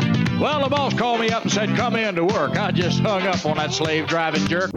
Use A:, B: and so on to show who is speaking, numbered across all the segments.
A: the boss called me up and said, come in to work. I just hung up on that slave driving jerk.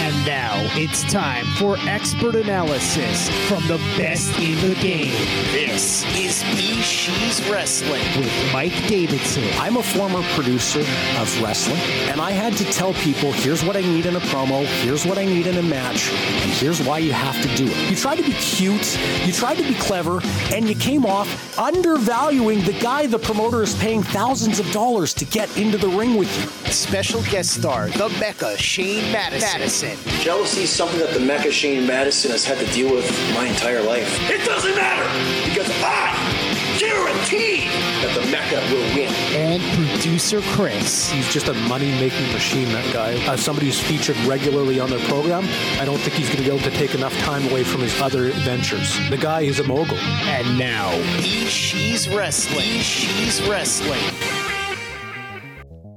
B: And now it's time for expert analysis from the best in the game. This is B She's Wrestling with Mike Davidson.
C: I'm a former producer of wrestling, and I had to tell people here's what I need in a promo, here's what I need in a match, and here's why you have to do it. You tried to be cute, you tried to be clever, and you came off undervaluing the guy the promoter is paying thousands of dollars to get into the ring with you.
B: Special guest star, the Mecca Shane Madison.
D: Jealousy is something that the Mecca Shane Madison has had to deal with my entire life. It doesn't matter because I guarantee that the Mecca will win.
B: and producer Chris.
C: He's just a money making machine, that guy. Uh, As somebody who's featured regularly on their program, I don't think he's going to be able to take enough time away from his other ventures. The guy is a mogul.
B: And now, E She's Wrestling. E She's Wrestling.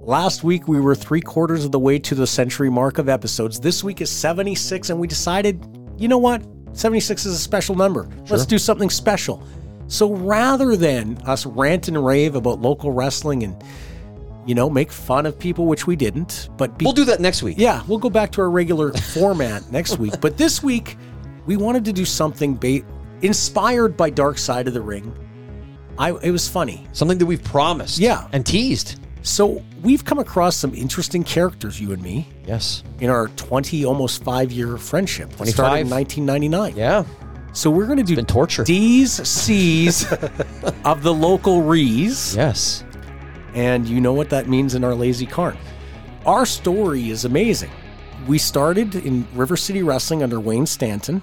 C: Last week, we were three quarters of the way to the century mark of episodes. This week is 76, and we decided, you know what? 76 is a special number. Let's do something special. So rather than us rant and rave about local wrestling and, you know, make fun of people, which we didn't, but be
E: We'll do that next week.
C: Yeah, we'll go back to our regular format next week. But this week, we wanted to do something ba- inspired by Dark Side of the Ring. I it was funny.
E: Something that we've promised.
C: Yeah.
E: And teased.
C: So we've come across some interesting characters, you and me,
E: Yes.
C: in our twenty, almost five year friendship. that started in
E: 25.
C: nineteen ninety nine.
E: Yeah.
C: So we're gonna do
E: been torture.
C: D's, C's of the local Rees.
E: Yes.
C: and you know what that means in our lazy carn. Our story is amazing. We started in River City Wrestling under Wayne Stanton,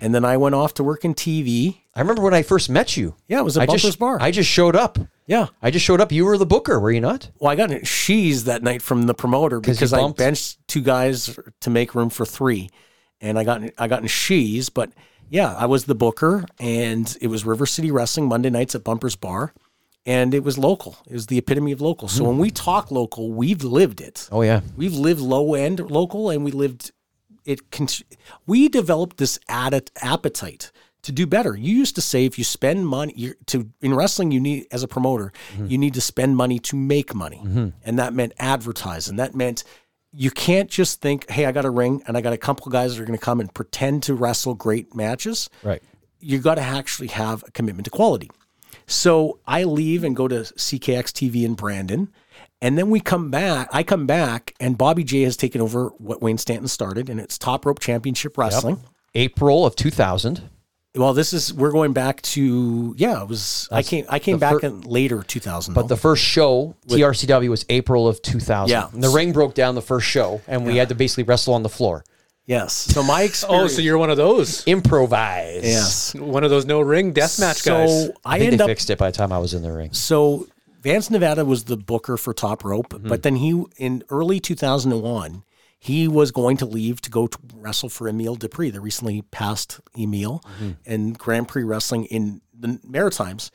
C: and then I went off to work in TV.
E: I remember when I first met you.
C: Yeah, it was a
E: I just-
C: bumper's bar.
E: I just showed up.
C: Yeah.
E: I just showed up. You were the booker, were you not?
C: Well, I got a she's that night from the promoter
E: 'Cause you
C: because I
E: bumped?
C: benched two guys to make room for three, and I got I got in she's. But yeah, I was the booker, and it was River City Wrestling Monday nights at Bumpers Bar, and it was local. It was the epitome of local. So when we talk local, we've lived it.
E: Hmm. Oh yeah.
C: we've lived low end local and we lived it con- we developed this added appetite to do better you used to say if you spend money you to in wrestling you need as a promoter you need to spend money to make money and that meant advertising that meant you can't just think hey i got a ring and i got a couple guys that are going to come and pretend to wrestle great matches
E: Right.
C: you got to actually have a commitment to quality. So I leave and go to CKX TV in Brandon. And then we come back. I come back, and Bobby J has taken over what Wayne Stanton started, and it's Top Rope Championship Wrestling.
E: April of 2000.
C: Well, this is we're going back to yeah. It was I came I came back
E: fir-
C: in later two thousand.
E: But the first show, TRCW, was April of 2000.
C: Yeah.
E: And the ring broke down the first show, and we had to basically wrestle on the floor.
C: yes, so my
F: Oh,
C: experience.
F: so you're one of those.
E: Improvise.
C: yes,
F: One of those no ring deathmatch guys.
C: So I,
E: I think
C: end
E: they
C: up
E: fixed it by the time I was in the ring.
C: so Vance Nevada was the booker for Top Rope, but then he in early 2001 he was going to leave to go to wrestle for Emil Dupree, the recently passed Emil, and Grand Prix wrestling in the Maritimes,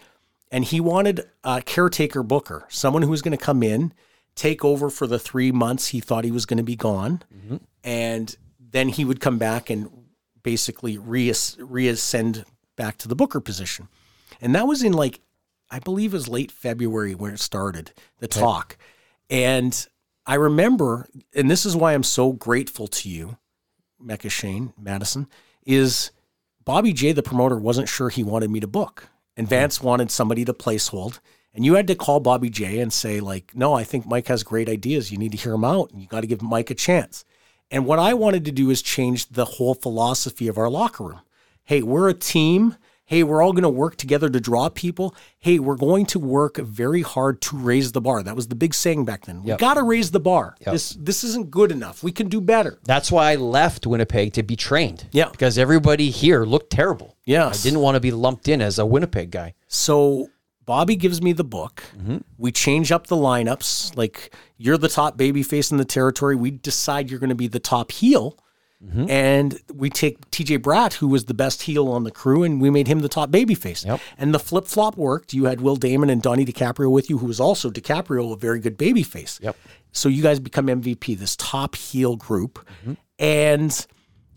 C: and he wanted a caretaker booker, someone who was going to come in, take over for the three months he thought he was going to be gone, and then he would come back and basically reas- reascend back to the booker position, and that was in like I believe it was late February when it started, the talk. And I remember, and this is why I'm so grateful to you, Mecca Shane Madison, is Bobby J, the promoter, wasn't sure he wanted me to book. And Vance wanted somebody to placehold. And you had to call Bobby J and say, like, no, I think Mike has great ideas. You need to hear him out and you got to give Mike a chance. And what I wanted to do is change the whole philosophy of our locker room. Hey, we're a team. Hey, we're all going to work together to draw people. Hey, we're going to work very hard to raise the bar. That was the big saying back then. We got to raise the bar. This this isn't good enough. We can do better.
E: That's why I left Winnipeg to be trained.
C: Yeah.
E: Because everybody here looked terrible.
C: Yes.
E: I didn't want to be lumped in as a Winnipeg guy.
C: So Bobby gives me the book.
E: Mm-hmm.
C: We change up the lineups. Like you're the top babyface in the territory. We decide you're going to be the top heel.
E: Mm-hmm.
C: And we take TJ Bratt, who was the best heel on the crew, and we made him the top babyface.
E: Yep.
C: And the flip flop worked. You had Will Damon and Donnie DiCaprio with you, who was also DiCaprio, a very good babyface.
E: Yep.
C: So you guys become MVP, this top heel group.
E: Mm-hmm.
C: And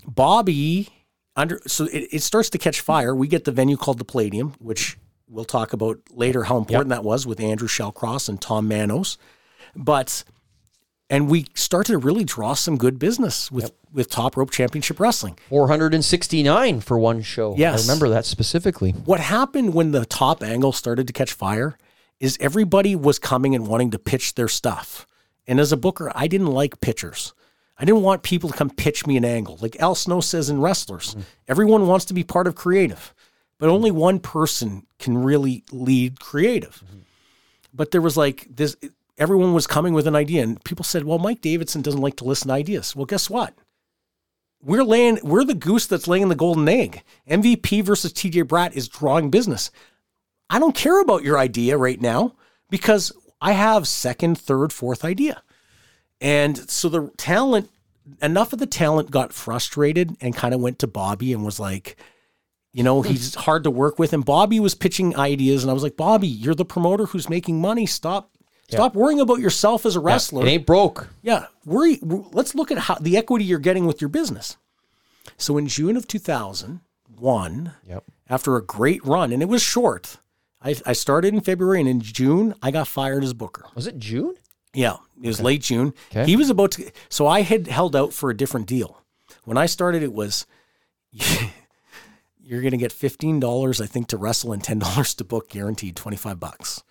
C: Bobby under so it, it starts to catch fire. We get the venue called the Palladium, which we'll talk about later how important that was with Andrew Shellcross and Tom Manos. But and we started to really draw some good business with with top rope championship wrestling.
E: 469 for one show.
C: Yes.
E: I remember that specifically.
C: What happened when the top angle started to catch fire is everybody was coming and wanting to pitch their stuff. And as a booker, I didn't like pitchers. I didn't want people to come pitch me an angle. Like Al Snow says in Wrestlers, everyone wants to be part of creative, but only one person can really lead creative. But there was like this, everyone was coming with an idea, and people said, well, Mike Davidson doesn't like to listen to ideas. Well, guess what? we're laying we're the goose that's laying the golden egg. MVP versus TJ Bratt is drawing business. I don't care about your idea right now because I have second, third, fourth idea. And so the talent enough of the talent got frustrated and kind of went to Bobby and was like, you know, he's
E: Hmm.
C: hard to work with. And Bobby was pitching ideas, and I was like, Bobby, you're the promoter who's making money. Stop, stop worrying about yourself as a wrestler.
E: It ain't broke.
C: Yeah, worry. w- Let's look at how the equity you're getting with your business. So in June of 2001,
E: Yep.
C: after a great run, and it was short. I, I started in February, and in June I got fired as booker.
E: Was it June?
C: Yeah, it was late June.
E: Okay.
C: He was about to. So I had held out for a different deal. When I started, it was you're going to get fifteen dollars, I think, to wrestle and ten dollars to book, guaranteed twenty five bucks.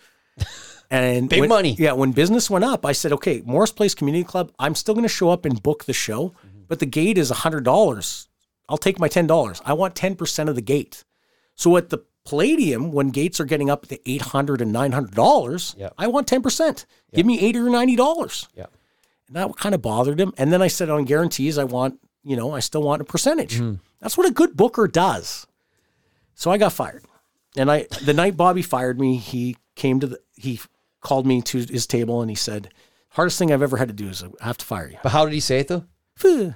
C: And
E: Big
C: when-
E: money.
C: Yeah, when business went up, I said, okay, Morris Place Community Club, I'm still going to show up and book the show,
E: Mm-hmm.
C: but the gate is hundred dollars. I'll take my ten dollars. I want ten percent of the gate. So at the Palladium, when gates are getting up to eight hundred and nine hundred dollars,
E: Yeah.
C: I want ten percent. Give me eighty or ninety dollars.
E: Yeah.
C: And that kind of bothered him. And then I said on guarantees, I want, you know, I still want a percentage. That's what a good booker does. So I got fired. And I the night Bobby fired me, he came to the he called me to his table and he said, Hardest thing I've ever had to do is I have to fire you.
E: But how did he say it though?
C: Fuh,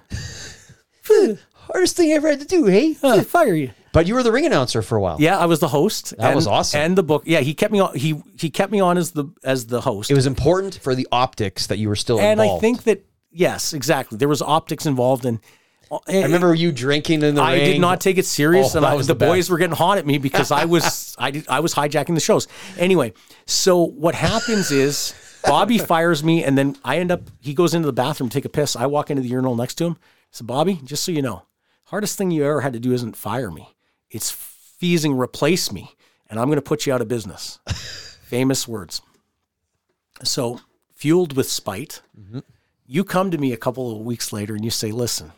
E: Hardest thing I ever had to do, hey?
C: uh, fire you.
E: But you were the ring announcer for a while.
C: Yeah, I was the host.
E: That
C: and-
E: was awesome.
C: And the book. Yeah, he kept me on he he kept me on as the as the host.
E: It was important for the optics that you were still
C: and I
E: involved.
C: think that yes, exactly. There was optics involved and
E: I remember you drinking in the
C: I
E: ring.
C: did not take it serious,
E: Oh,
C: and
E: that
C: I,
E: was
C: the,
E: the
C: boys
E: best.
C: were getting hot at me because I was I did, I was hijacking the shows. Anyway, so what happens is Bobby fires me, and then I end up he goes into the bathroom to take a piss. I walk into the urinal next to him. So Bobby, just so you know, hardest thing you ever had to do isn't fire me. It's feasing replace me, and I'm going to put you out of business. Famous words. So fueled with spite,
E: Mm-hmm.
C: you come to me a couple of weeks later and you say, "Listen."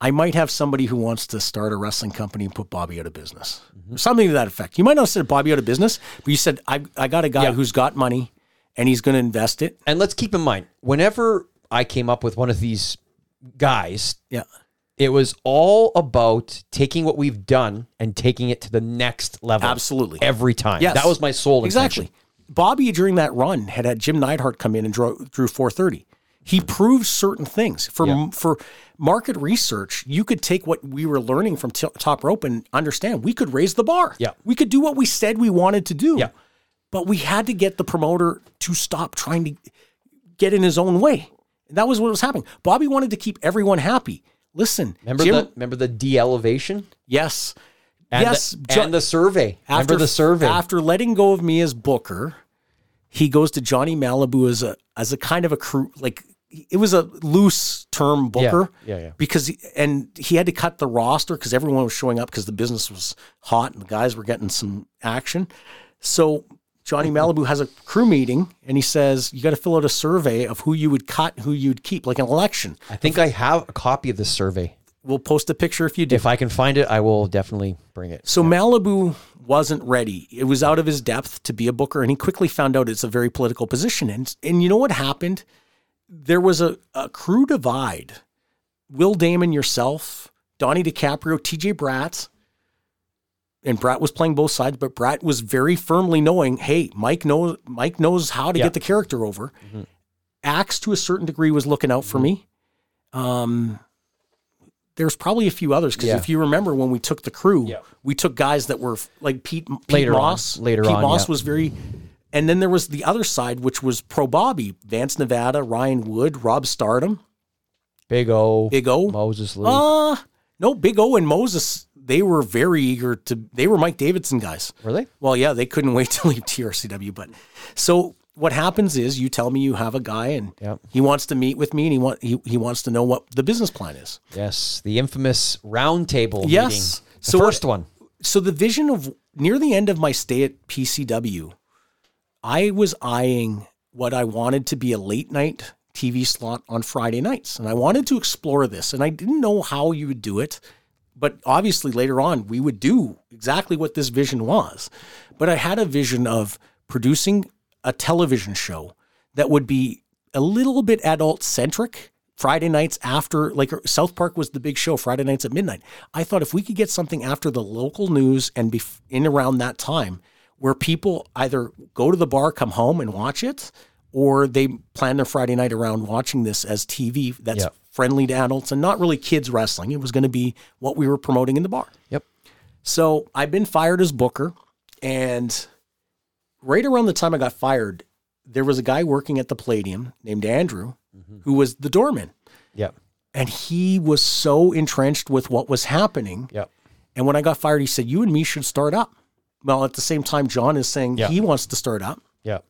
C: I might have somebody who wants to start a wrestling company and put Bobby out of business. Something to that effect. You might not have said Bobby out of business, but you said, I, I got a guy
E: Yeah.
C: who's got money and he's going to invest it.
E: And let's keep in mind, whenever I came up with one of these guys,
C: Yeah.
E: it was all about taking what we've done and taking it to the next level.
C: Absolutely.
E: Every time.
C: Yes.
E: That was my sole
C: Exactly.
E: intention.
C: Bobby, during that run, had had Jim Neidhart come in and drew, drew 430. He proved certain things. For, for market research, you could take what we were learning from t- Top Rope and understand we could raise the bar.
E: Yeah.
C: We could do what we said we wanted to do.
E: Yeah.
C: but we had to get the promoter to stop trying to get in his own way. And that was what was happening. Bobby wanted to keep everyone happy. Listen,
E: Remember
C: Jim-
E: the remember the de elevation?
C: yes,
E: And
C: yes,
E: The,
C: Jo-
E: and the survey. remember the survey.
C: After letting go of me as Booker, he goes to Johnny Malibu as a as a kind of a crew like it was a loose term Booker.
E: yeah, yeah.
C: Because he, and he had to cut the roster because everyone was showing up because the business was hot and the guys were getting some action. So Johnny Malibu has a crew meeting and he says you got to fill out a survey of who you would cut, who you'd keep, like an election.
E: I think I have a copy of this survey.
C: We'll post a picture if you do.
E: If I can find it, I will definitely bring it.
C: So Malibu wasn't ready. It was out of his depth to be a booker, and he quickly found out it's a very political position. And and you know what happened? There was a, a crew divide. Will Damon, yourself, Donnie DiCaprio, TJ Bratt, and Bratt was playing both sides, but Bratt was very firmly knowing, hey, Mike knows Mike knows how to
E: Yeah. Mm-hmm.
C: get the character over. Axe to a certain degree was looking out for me. Um there's probably a few others because
E: Yeah.
C: if you remember when we took the crew,
E: Yeah.
C: we took guys that were f- like Pete, Pete
E: Later on.
C: Moss.
E: Later
C: Pete
E: on,
C: Moss
E: yeah.
C: was very, and then there was the other side which was pro Bobby, Vance Nevada, Ryan Wood, Rob Stardom,
E: Big O.
C: Big O,
E: Moses Lou.
C: uh, No, Big O and Moses, they were very eager to. They were Mike Davidson guys.
E: Were they?
C: Well, yeah, they couldn't wait to leave TRCW. But so what happens is you tell me you have a guy and
E: Yep.
C: he wants to meet with me and he want he, he wants to know what the business plan is.
E: Yes, the infamous round table
C: Yes.
E: meeting. The
C: So
E: first one.
C: So the vision of near the end of my stay at PCW, I was eyeing what I wanted to be a late night TV slot on Friday nights. And I wanted to explore this and I didn't know how you would do it. But obviously later on we would do exactly what this vision was. But I had a vision of producing a television show that would be a little bit adult centric. Friday nights after, like uh, South Park was the big show, Friday nights at midnight. I thought if we could get something after the local news and be in around that time where people either go to the bar, come home and watch it, or they plan their Friday night around watching this as TV that's
E: Yeah.
C: friendly to adults and not really kids wrestling. It was going to be what we were promoting in the bar.
E: Yep.
C: So I've been fired as booker, and right around the time I got fired, there was a guy working at the Palladium named Andrew, who was the doorman,
E: Yep.
C: and he was so entrenched with what was happening.
E: Yep.
C: And when I got fired, he said, "You and me should start up." Well, at the same time, John is saying
E: Yeah.
C: he wants to start up,
E: Yep.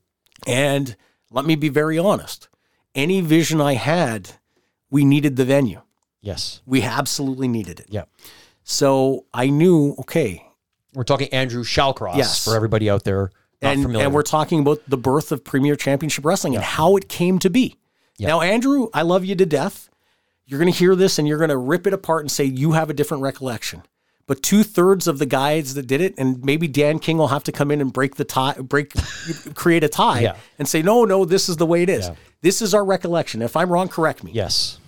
C: and let me be very honest: any vision I had, we needed the venue.
E: Yes.
C: We absolutely needed it.
E: Yep.
C: So I knew, okay,
E: We're talking Andrew Shalcross
C: Yes.
E: for everybody out there not
C: and,
E: familiar.
C: and we're talking about the birth of Premier Championship Wrestling and how it came to be. Now, Andrew, I love you to death. You're going to hear this and you're going to rip it apart and say you have a different recollection. But two thirds of the guys that did it, and maybe Dan King will have to come in and break the tie, break, create a tie,
E: Yeah.
C: and say, no, no, this is the way it is.
E: Yeah.
C: This is our recollection. If I'm wrong, correct me.
E: yes.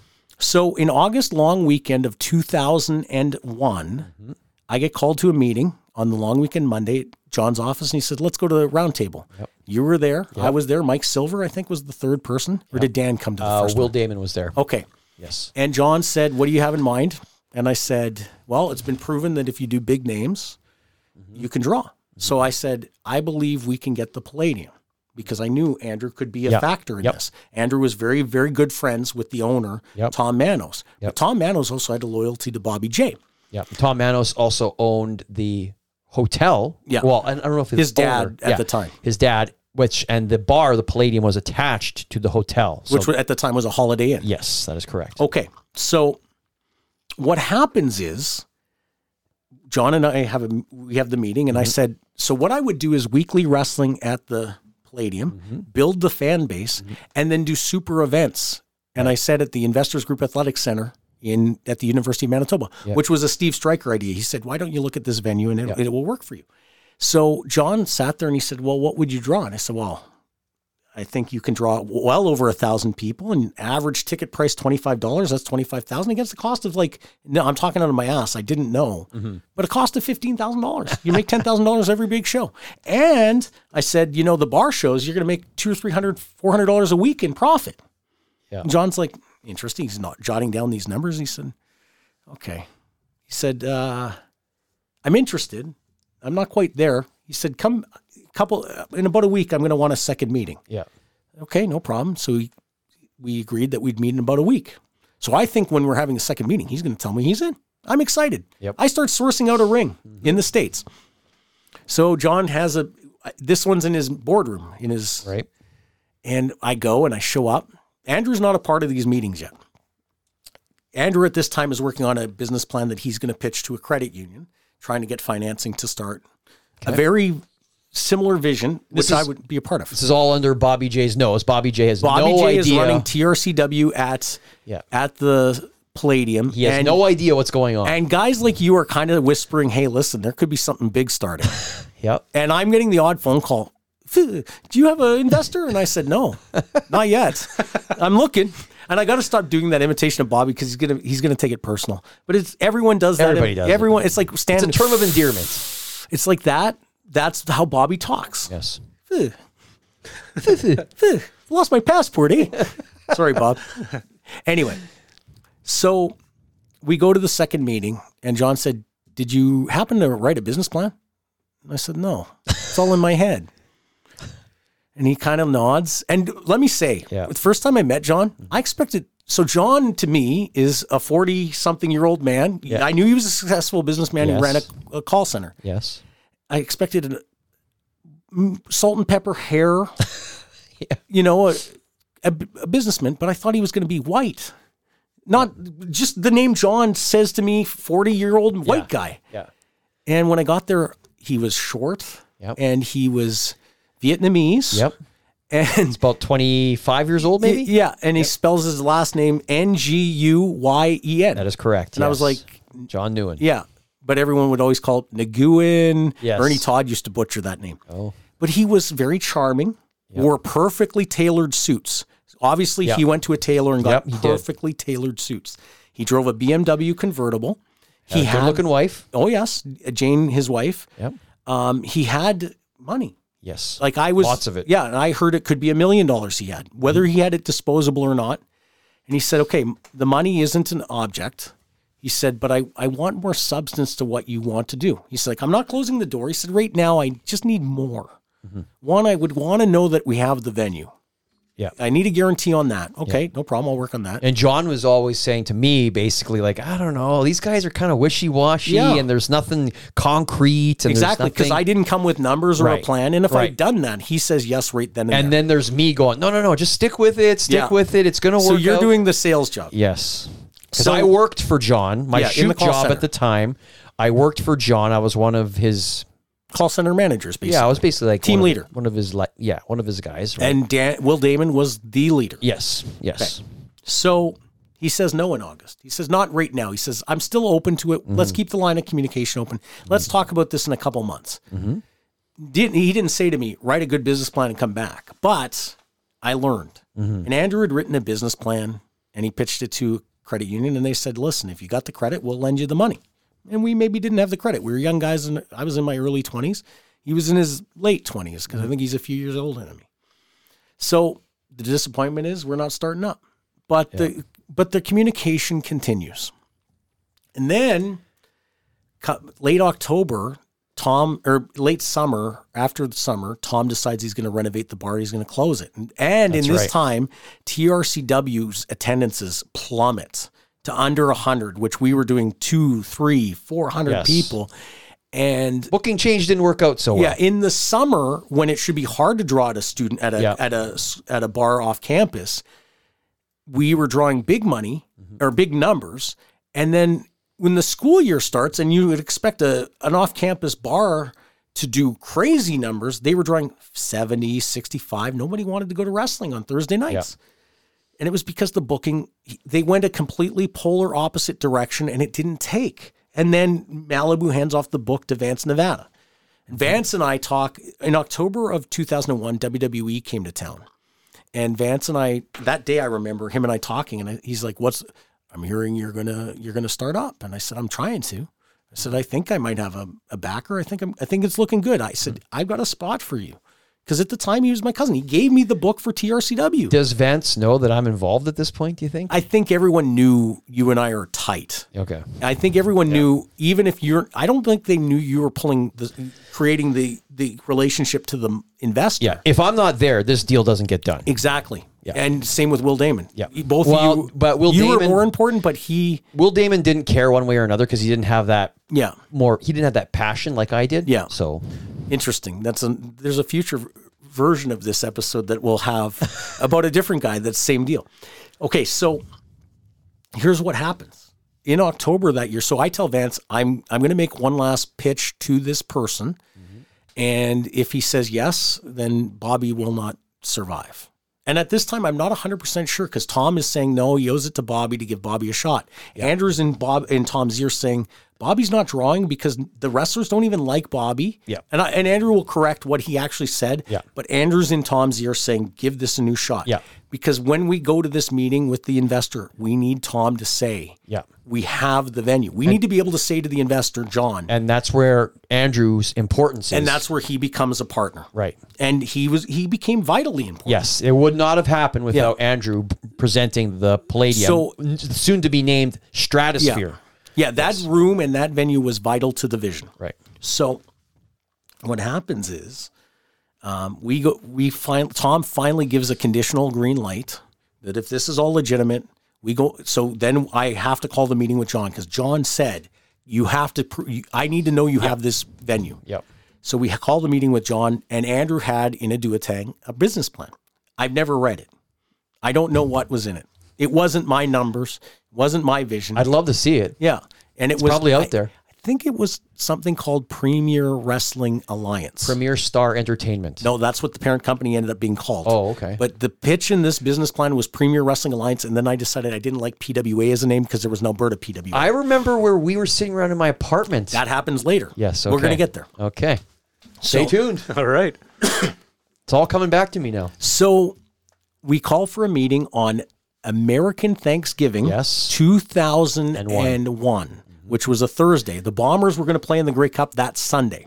C: So in August long weekend of 2001,
E: Mm-hmm.
C: I get called to a meeting on the long weekend Monday at John's office and he said, "Let's go to the round table." You were there, I was there, Mike Silver I think was the third person or did Dan come to the
E: Uh,
C: first
E: Will
C: one? Oh.
E: Damon was there.
C: Okay.
E: Yes.
C: And John said, "What do you have in mind?" And I said, "Well, it's been proven that if you do big names, you can draw." So I said, "I believe we can get the Palladium." Because I knew Andrew could be a
E: Yep.
C: factor in
E: Yep.
C: this. Andrew was very, very good friends with the owner,
E: Yep.
C: Tom Manos. But Tom Manos also had a loyalty to Bobby J.
E: Yeah. Tom Manos also owned the hotel.
C: Yeah.
E: Well, I I don't know if
C: His dad
E: owner-
C: at the time.
E: His dad, which and the bar, the Palladium was attached to the hotel. So,
C: which Oh. wa- at the time was a Holiday Inn.
E: yes, that is correct.
C: Okay. So what happens is John and I have a we have the meeting and I said, so what I would do is weekly wrestling at the Palladium, build the fan base and then do super events. And I said at the Investors Group Athletic Center in at the University of Manitoba, which was a Steve Stryker idea. He said, "Why don't you look at this venue and it, it will work for you?" So John sat there and he said, "Well, what would you draw?" And I said, "Well, I think you can draw well over a thousand people and average ticket price twenty five dollars. That's twenty five thousand against the cost of like no, I'm talking out of my ass. I didn't know, but a cost of fifteen thousand dollars. You make ten thousand dollars every big show. And I said, you know, the bar shows you're going to make two or three hundred, four hundred dollars a week in profit.
E: Yeah.
C: John's like, interesting. He's not jotting down these numbers. He said, okay. He said, uh, I'm interested. I'm not quite there. He said, come a couple in about a week. I'm going to want a second meeting
E: Yeah.
C: okay, no problem. So we, we agreed that we'd meet in about a week. So I think when we're having the second meeting, he's going to tell me he's in. I'm excited.
E: Yep. Mm-hmm.
C: I start sourcing out a ring in the States. So John has a, this one's in his boardroom, in his,
E: Right.
C: and I go and I show up. Andrew's not a part of these meetings yet. Andrew at this time is working on a business plan that he's going to pitch to a credit union, trying to get financing to start a very similar vision, which
E: This
C: I
E: is-
C: would be a part of.
E: This is all under Bobby J's nose. Bobby J has
C: Bobby
E: no
C: J
E: idea.
C: is running TRCW at
E: Yeah.
C: at the Palladium.
E: he has
C: and,
E: no idea what's going on.
C: and guys like you are kind of whispering, "Hey, listen, there could be something big starting."
E: yep.
C: and I'm getting the odd phone call. Do you have an investor? And I said, "No, not yet. I'm looking." And I got to stop doing that imitation of Bobby because he's gonna he's gonna take it personal. But it's everyone does that.
E: Everybody does it.
C: Everyone. It's like
E: It's
C: standing.
E: a term of endearment.
C: It's like that. That's how Bobby talks.
E: Yes.
C: Ugh. Ugh. Lost my passport, eh? Sorry, Bob. Anyway, so we go to the second meeting, and John said, Did you happen to write a business plan? And I said, No, it's all in my head. And he kind of nods. And let me say,
E: Yeah. Mm-hmm.
C: the first time I met John, I expected. So John to me is a forty-something-year-old man. I knew he was a successful businessman who
E: Yes.
C: ran a, a call center.
E: Yes.
C: I expected an, mm, salt and pepper hair, you know, a, a, a businessman, but I thought he was going to be white. Not just the name John says to me, 40 year old white guy.
E: Yeah.
C: And when I got there, he was short
E: Yep.
C: and he was Vietnamese.
E: Yep.
C: And
E: It's about 25 years old, maybe?
C: yeah, and he spells his last name N G U Y E N.
E: That is correct.
C: And I was
E: yes.
C: like,
E: John Newen.
C: Yeah. But everyone would always call it Nguyen.
E: Yes.
C: Ernie Todd used to butcher that name.
E: Oh.
C: But he was very charming, wore perfectly tailored suits. Obviously,
E: Yeah.
C: he went to a tailor and
E: Yep,
C: got
E: he did.
C: perfectly tailored suits. He drove a BMW convertible. He
E: Good
C: had,
E: looking wife.
C: oh yes, Jane, his wife.
E: Yep.
C: Um, he had money.
E: Yes.
C: Like I was
E: Lots of it.
C: Yeah, and I heard it could be a million dollars he had, whether he had it disposable or not. And he said, "Okay, m- the money isn't an object." He said, "But I I want more substance to what you want to do." He said, "Like I'm not closing the door." He said, "Right now, I just need more.
E: Mm-hmm.
C: One, I would want to know that we have the venue.
E: Yeah.
C: I need a guarantee on that. Okay, no problem. I'll work on that.
E: And John was always saying to me, basically, like, I don't know, these guys are kind of wishy washy
C: Yeah.
E: and there's nothing concrete. And there's
C: exactly, because I
E: nothing-
C: didn't come with numbers or
E: Right,
C: a plan. And if
E: right.
C: I'd done that, he says yes right then and,
E: And
C: there.
E: then there's me going, no, no, no, just stick with it, stick
C: Yeah.
E: with it. It's going to work.
C: so you're
E: out."
C: doing the sales job.
E: Yes. Because
C: So-
E: I worked for John, my
C: Yeah, in
E: shoot
C: the call
E: job
C: center.
E: at the time. I worked for John. I was one of his.
C: Call center managers, basically.
E: Yeah, I was basically like
C: Team
E: one of-
C: leader.
E: one of his, like, yeah, one of his guys. right?
C: and Dan, Will Damon was the leader.
E: yes, yes,
C: So he says no in August. He says not right now. He says I'm still open to it. Let's keep the line of communication open. Let's talk about this in a couple months. Didn't he didn't say to me write a good business plan and come back? But I learned. And Andrew had written a business plan and he pitched it to a credit union and they said, listen, if you got the credit, we'll lend you the money. And we maybe didn't have the credit. We were young guys and I was in my early 20s. He was in his late 20s because I think he's a few years older than me. So the disappointment is we're not starting up. But the but the communication continues. And then co- late October, Tom or late summer, after the summer, Tom decides he's going to renovate the bar, he's going to close it. And, and in this
E: right.
C: time, TRCW's attendances plummet to under 100, which we were doing two, three, 400
E: Yes.
C: people. And
E: Booking change didn't work out so well.
C: yeah, in the summer when it should be hard to draw at a student at a
E: Yeah.
C: at a s- at a bar off campus, we were drawing big money
E: Mm-hmm.
C: or big numbers, and then when the school year starts and you would expect a an off campus bar to do crazy numbers, they were drawing 70, 65. Nobody wanted to go to wrestling on Thursday nights. And it was because the booking, they went a completely polar opposite direction and it didn't take. And then Malibu hands off the book to Vance, Nevada. Vance and I talk in October of 2001. WWE E came to town, and Vance and I that day I remember him and I talking, and I, he's like, "What's? I'm hearing you're gonna you're gonna start up," and I said, "I'm trying to." I said, "I think I might have a, a backer. I think I'm, I think it's looking good." I said, "I've got a spot for you," because at the time he was my cousin. He gave me the book for TRCW.
E: Does Vance know that I'm involved at this point? Do you think?
C: I think everyone knew you and I are tight.
E: okay.
C: I think everyone knew, even if you're. I don't think they knew you were pulling the, creating the the relationship to the investor.
E: Yeah. If I'm not there, this deal doesn't get done.
C: exactly. And same with Will Damon.
E: Yeah.
C: both
E: Well,
C: of you.
E: but Will
C: you were
E: Damon-
C: more important, but he.
E: Will Damon didn't care one way or another because he didn't have that
C: Yeah,
E: more. He didn't have that passion like I did.
C: Yeah.
E: So
C: interesting. That's a there's a future v- version of this episode that we'll have about a different guy. That's same deal. Okay, so here's what happens in October that year. So I tell Vance, I'm I'm going to make one last pitch to this person, and if he says yes, then Bobby will not survive. And at this time, I'm not 100% sure because Tom is saying no. He owes it to Bobby to give Bobby a shot. Andrew's in Bob in Tom's ear saying Bobby's not drawing because the wrestlers don't even like Bobby.
E: Yeah.
C: And I, and Andrew will correct what he actually said.
E: Yeah.
C: But Andrew's in Tom's ear saying give this a new shot.
E: Yeah.
C: Because when we go to this meeting with the investor, we need Tom to say
E: yeah.
C: we have the venue. We need to be able to say to the investor, John, and,
E: And that's where Andrew's importance is.
C: that's where he becomes a partner.
E: right.
C: And he was he became vitally important.
E: Yes, it would not have halled without Andrew p- presenting the Palladium,
C: So-
E: n- soon to be named Stratosphere.
C: Yeah, that room and that venue was vital to the vision.
E: Right.
C: So what happens is Um, we go. We find Tom finally gives a conditional green light that if this is all legitimate, we go. So then I have to call the meeting with John because John said you have to. Pr- you, I need to know you have this venue.
E: Yep.
C: So we called a meeting with John, and Andrew had in a duotang a business plan. I've never read it. I don't know what was in it. It wasn't my numbers. Wasn't my vision.
E: I'd love to see it.
C: yeah, and it was
E: probably out
C: I-
E: there.
C: I think it was something called Premier Wrestling Alliance.
E: Premier Star Entertainment.
C: No, that's what the parent company ended up being called.
E: Oh, okay.
C: But the pitch in this business plan was Premier Wrestling Alliance, and then I decided I didn't like PWA as a name because there was an Alberta PWA.
E: I remember where we were sitting around in my apartment.
C: that happens later.
E: yes,
C: we're going
E: okay.
C: to get there.
E: Okay. Stay tuned.
F: All right.
E: It's all coming back to me now.
C: So we call for a meeting on American Thanksgiving,
E: Yes.
C: 2001, which was a Thursday. The Bombers were going to play in the Grey Cup that Sunday.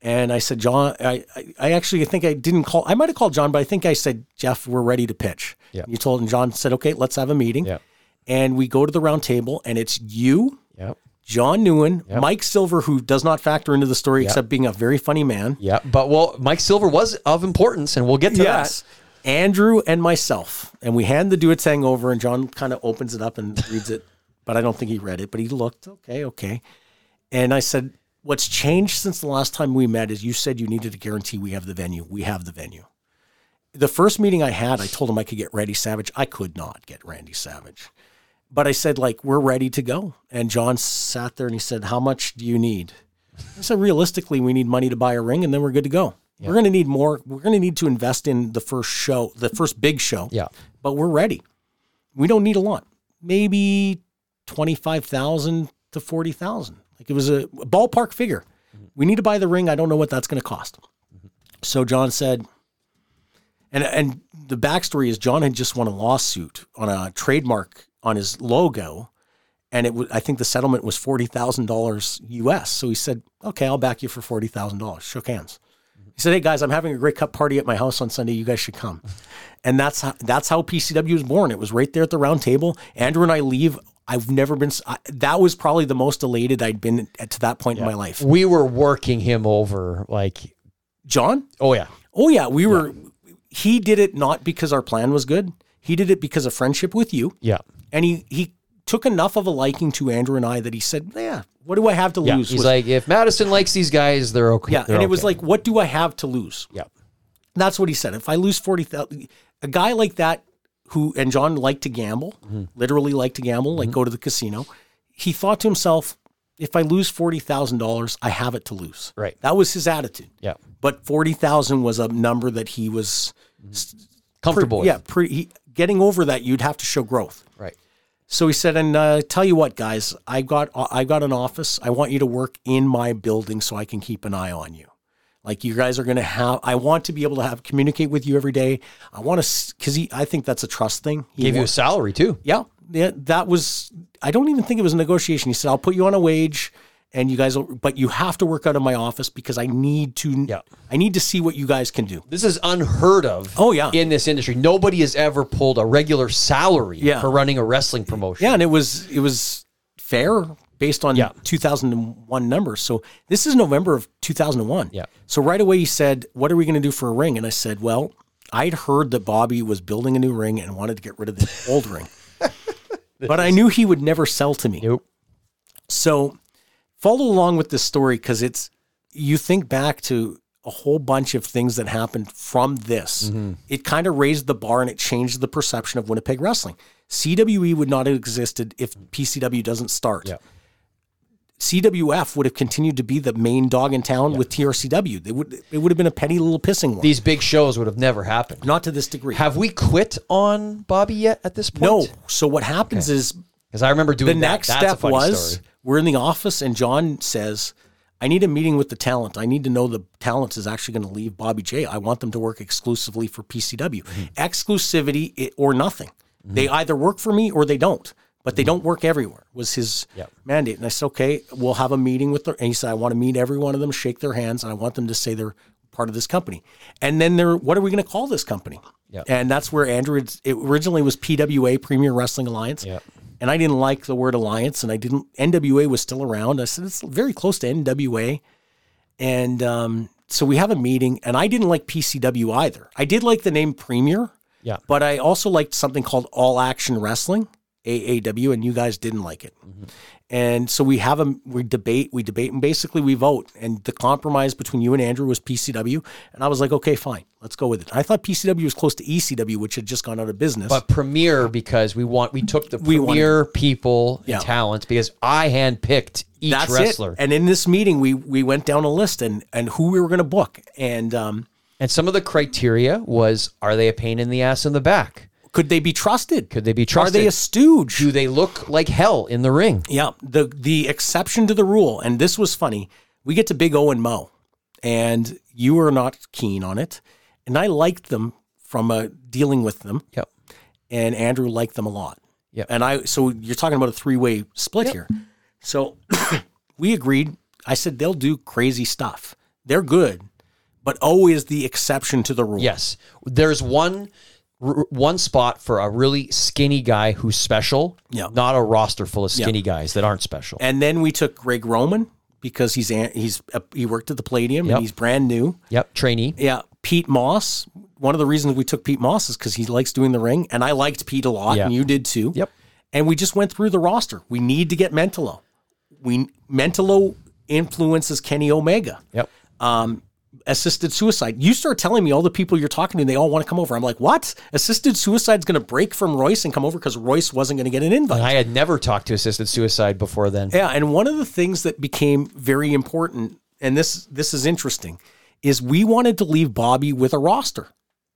C: And I said, John, I, I, I actually think I didn't call, I might have called John, but I think I said, Jeff, we're ready to pitch.
E: Yeah.
C: You told him, John said, okay, let's have a meeting.
E: Yeah.
C: And we go to the round table, and it's you,
E: Yep.
C: John Newen, Mike Silver, who does not factor into the story except being a very funny man.
E: Yeah. But well, Mike Silver was of importance, and we'll get to
C: Yes. Andrew and myself. And we hand the duotang over, and John kind of opens it up and reads it, but I don't think he read it, but he looked, okay, okay. And I said, What's changed since the last time we met is you said you needed to guarantee we have the venue. We have the venue. The first meeting I had, I told him I could get Randy Savage. I could not get Randy Savage. But I said, like, we're ready to go. And John sat there and he said, How much do you need? I said, realistically, we need money to buy a ring and then we're good to go. We're going to need more. We're going to need to invest in the first show, the first big show.
E: Yeah.
C: But we're ready. We don't need a lot. Maybe 25,000 to 40,000. Like it was a ballpark figure. We need to buy the ring. I don't know what that's going to cost. So John said, and and the backstory is John had just won a lawsuit on a trademark on his logo, and it was I think the settlement was forty thousand dollars U.S. So he said, "Okay, I'll back you for forty thousand dollars." Shook hands. He said, "Hey guys, I'm having a great cup party at my house on Sunday. You guys should come." And that's how, that's how PCW was born. It was right there at the round table. Andrew and I leave. I've never been. s- I, that was probably the most elated I'd been at, to that point in my life.
E: that. We were working him over, like,
C: John,
E: oh yeah,
C: Oh yeah, we were. He did it not because our plan was good. He did it because of friendship with you,
E: yeah,
C: and he he took enough of a liking to Andrew and I that he said, "Yeah, what do I have to
E: yeah.
C: lose?"
E: He's
C: with-"
E: like, if Madison likes these guys, they're okay.
C: "Yeah,"
E: They're
C: and it was
E: okay.
C: like, "What do I have to lose?"
E: yeah,
C: That's what he said. If I lose forty thousand, a guy like that who and John liked to gamble,
E: Mm-hmm.
C: literally liked to gamble, like go to the casino. He thought to himself, "If I lose forty thousand dollars, I have it to lose."
E: Right.
C: That was his attitude.
E: yeah,
C: But forty thousand was a number that he was. pre-
E: comfortable.
C: yeah,
E: with.
C: pre, he, getting over that, you'd have to show growth.
E: right.
C: So he said, and uh, tell you what, guys, I got I got an office. I want you to work in my building so I can keep an eye on you. Like you guys are going to have. I want to be able to have communicate with you every day. I want to because he. I think that's a trust thing. He
E: Gave you a
C: wa-
E: salary too.
C: yeah, yeah, that was. I don't even think it was a negotiation. He said, "I'll put you on a wage, and you guys, will, but you have to work out of my office because I need to.
E: Yeah.
C: I need to see what you guys can do."
E: This is unheard of.
C: Oh, yeah.
E: in this industry, nobody has ever pulled a regular salary
C: Yeah.
E: for running a wrestling promotion.
C: Yeah, and it was it was fair based on
E: Yeah.
C: 2001 numbers. So this is November of 2001.
E: Yeah.
C: So right away he said, "What are we going to do for a ring?" And I said, "Well, I'd heard that Bobby was building a new ring and wanted to get rid of the old ring, but I knew he would never sell to me.
E: Nope.
C: So follow along with this story because it's you think back to a whole bunch of things that happened from this.
E: Mm-hmm.
C: It kind of raised the bar and it changed the perception of Winnipeg wrestling. CWE would not have existed if PCW doesn't start.
E: Mm. Yeah.
C: CWF would have continued to be the main dog in town with TRCW. They would it would have been a petty little pissing one.
E: These big shows would have never happened.
C: not to this degree.
E: Have we quit on Bobby yet at this point?
C: no. So what happens is
E: Because I remember doing
C: the
E: that.
C: next
E: That's a
C: step
E: funny
C: was
E: story.
C: we're in the office and John says, I need a meeting with the talent. I need to know the talent is actually going to leave Bobby J. I want them to work exclusively for PCW.
E: Mm-hmm.
C: Exclusivity i- or nothing. They either work for me or they don't, but they don't work everywhere, was his
E: Mm-hmm. Yep.
C: mandate. And I said, okay, we'll have a meeting with them. And he said, I want to meet every one of them, shake their hands, and I want them to say they're part of this company. And then they're, what are we going to call this company?
E: Yep.
C: And that's where Andrew, it's- it originally was PWA, Premier Wrestling Alliance.
E: Yep.
C: And I didn't like the word alliance, and I didn't. NWA was still around. I said it's very close to NWA, and um, so we have a meeting, and I didn't like PCW either. I did like the name Premier,
E: Yeah.
C: but I also liked something called All Action Wrestling (AAW), and you guys didn't like it.
E: Mm-hmm.
C: And so we have a we debate, we debate, and basically we vote. And the compromise between you and Andrew was PCW, and I was like, okay, fine, let's go with it. I thought PCW was close to ECW, which had just gone out of business.
E: But premier because we want we took the
C: We wanted-
E: premier people
C: Yeah.
E: and talents because I handpicked each
C: That's
E: wrestler.
C: it. And in this meeting, we we went down a list and and who we were going to book, and um,
E: And some of the criteria was are they a pain in the ass in the back?
C: could they be trusted?
E: Could they be
C: Are
E: trusted?
C: they a stooge?
E: Do they look like hell in the ring?
C: Yeah, the the exception to the rule, and this was funny. We get to Big O and Mo, and you were not keen on it, and I liked them from uh, dealing with them,
E: Yep.
C: and Andrew liked them a lot.
E: Yep.
C: and I so you're talking about a three way split here. So we agreed. I said they'll do crazy stuff. They're good, but O is the exception to the rule.
E: Yes. There's one r- one spot for a really skinny guy who's special,
C: Yeah.
E: not a roster full of skinny guys that aren't special.
C: And then we took Greg Roman because he's an- he's uh, he worked at the Palladium
E: Yep.
C: and he's brand new.
E: yep, trainee.
C: Yeah, Pete Moss. One of the reasons we took Pete Moss is because he likes doing the ring, and I liked Pete a lot,
E: Yeah.
C: and you did too.
E: Yep.
C: And we just went through the roster. We need to get Mentolo. We Mentolo influences Kenny Omega.
E: Yep.
C: Assisted suicide. You start telling me all the people you're talking to, they all want to come over. I'm like, what? Assisted suicide's going to break from Royce and come over because Royce wasn't going to get an invite.
E: And I had never talked to assisted suicide before then.
C: Yeah, and one of the things that became very important, and this this is interesting, is we wanted to leave Bobby with a roster.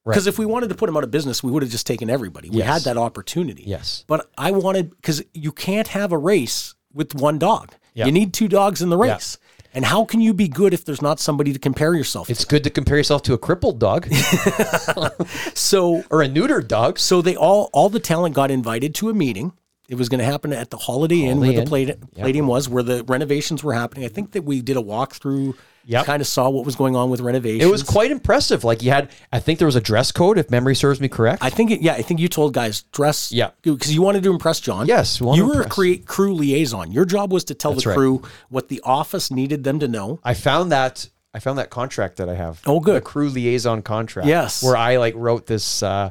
C: Because if we wanted to put him out of business, we would have just taken everybody. We had
E: Yes.
C: that opportunity.
E: Yes.
C: But I wanted because you can't have a race with one dog.
E: Yeah.
C: You need two dogs in the race. And how can you be good if there's not somebody to compare yourself
E: It's good to compare yourself to a crippled dog
C: to? So
E: or a neutered dog.
C: so they all all the talent got invited to a meeting. It was going to happen at the Holiday Inn where
E: Holiday
C: the
E: Inn.
C: Palladi- Palladium was, where the renovations were happening. I think that we did a walkthrough,
E: Yep.
C: kind of saw what was going on with renovations.
E: It was quite impressive. Like you had, I think there was a dress code, if memory serves me correct.
C: I think, it, yeah, I think you told guys dress,
E: Yeah.
C: because you wanted to impress John.
E: Yes, we wanted
C: you
E: to
C: were a
E: impress.
C: cre- crew liaison. Your job was to tell
E: That's
C: the
E: right.
C: crew what the office needed them to know.
E: I found that I found that contract that I have.
C: Oh, good.
E: The crew liaison contract.
C: Yes.
E: Where I like wrote this, uh,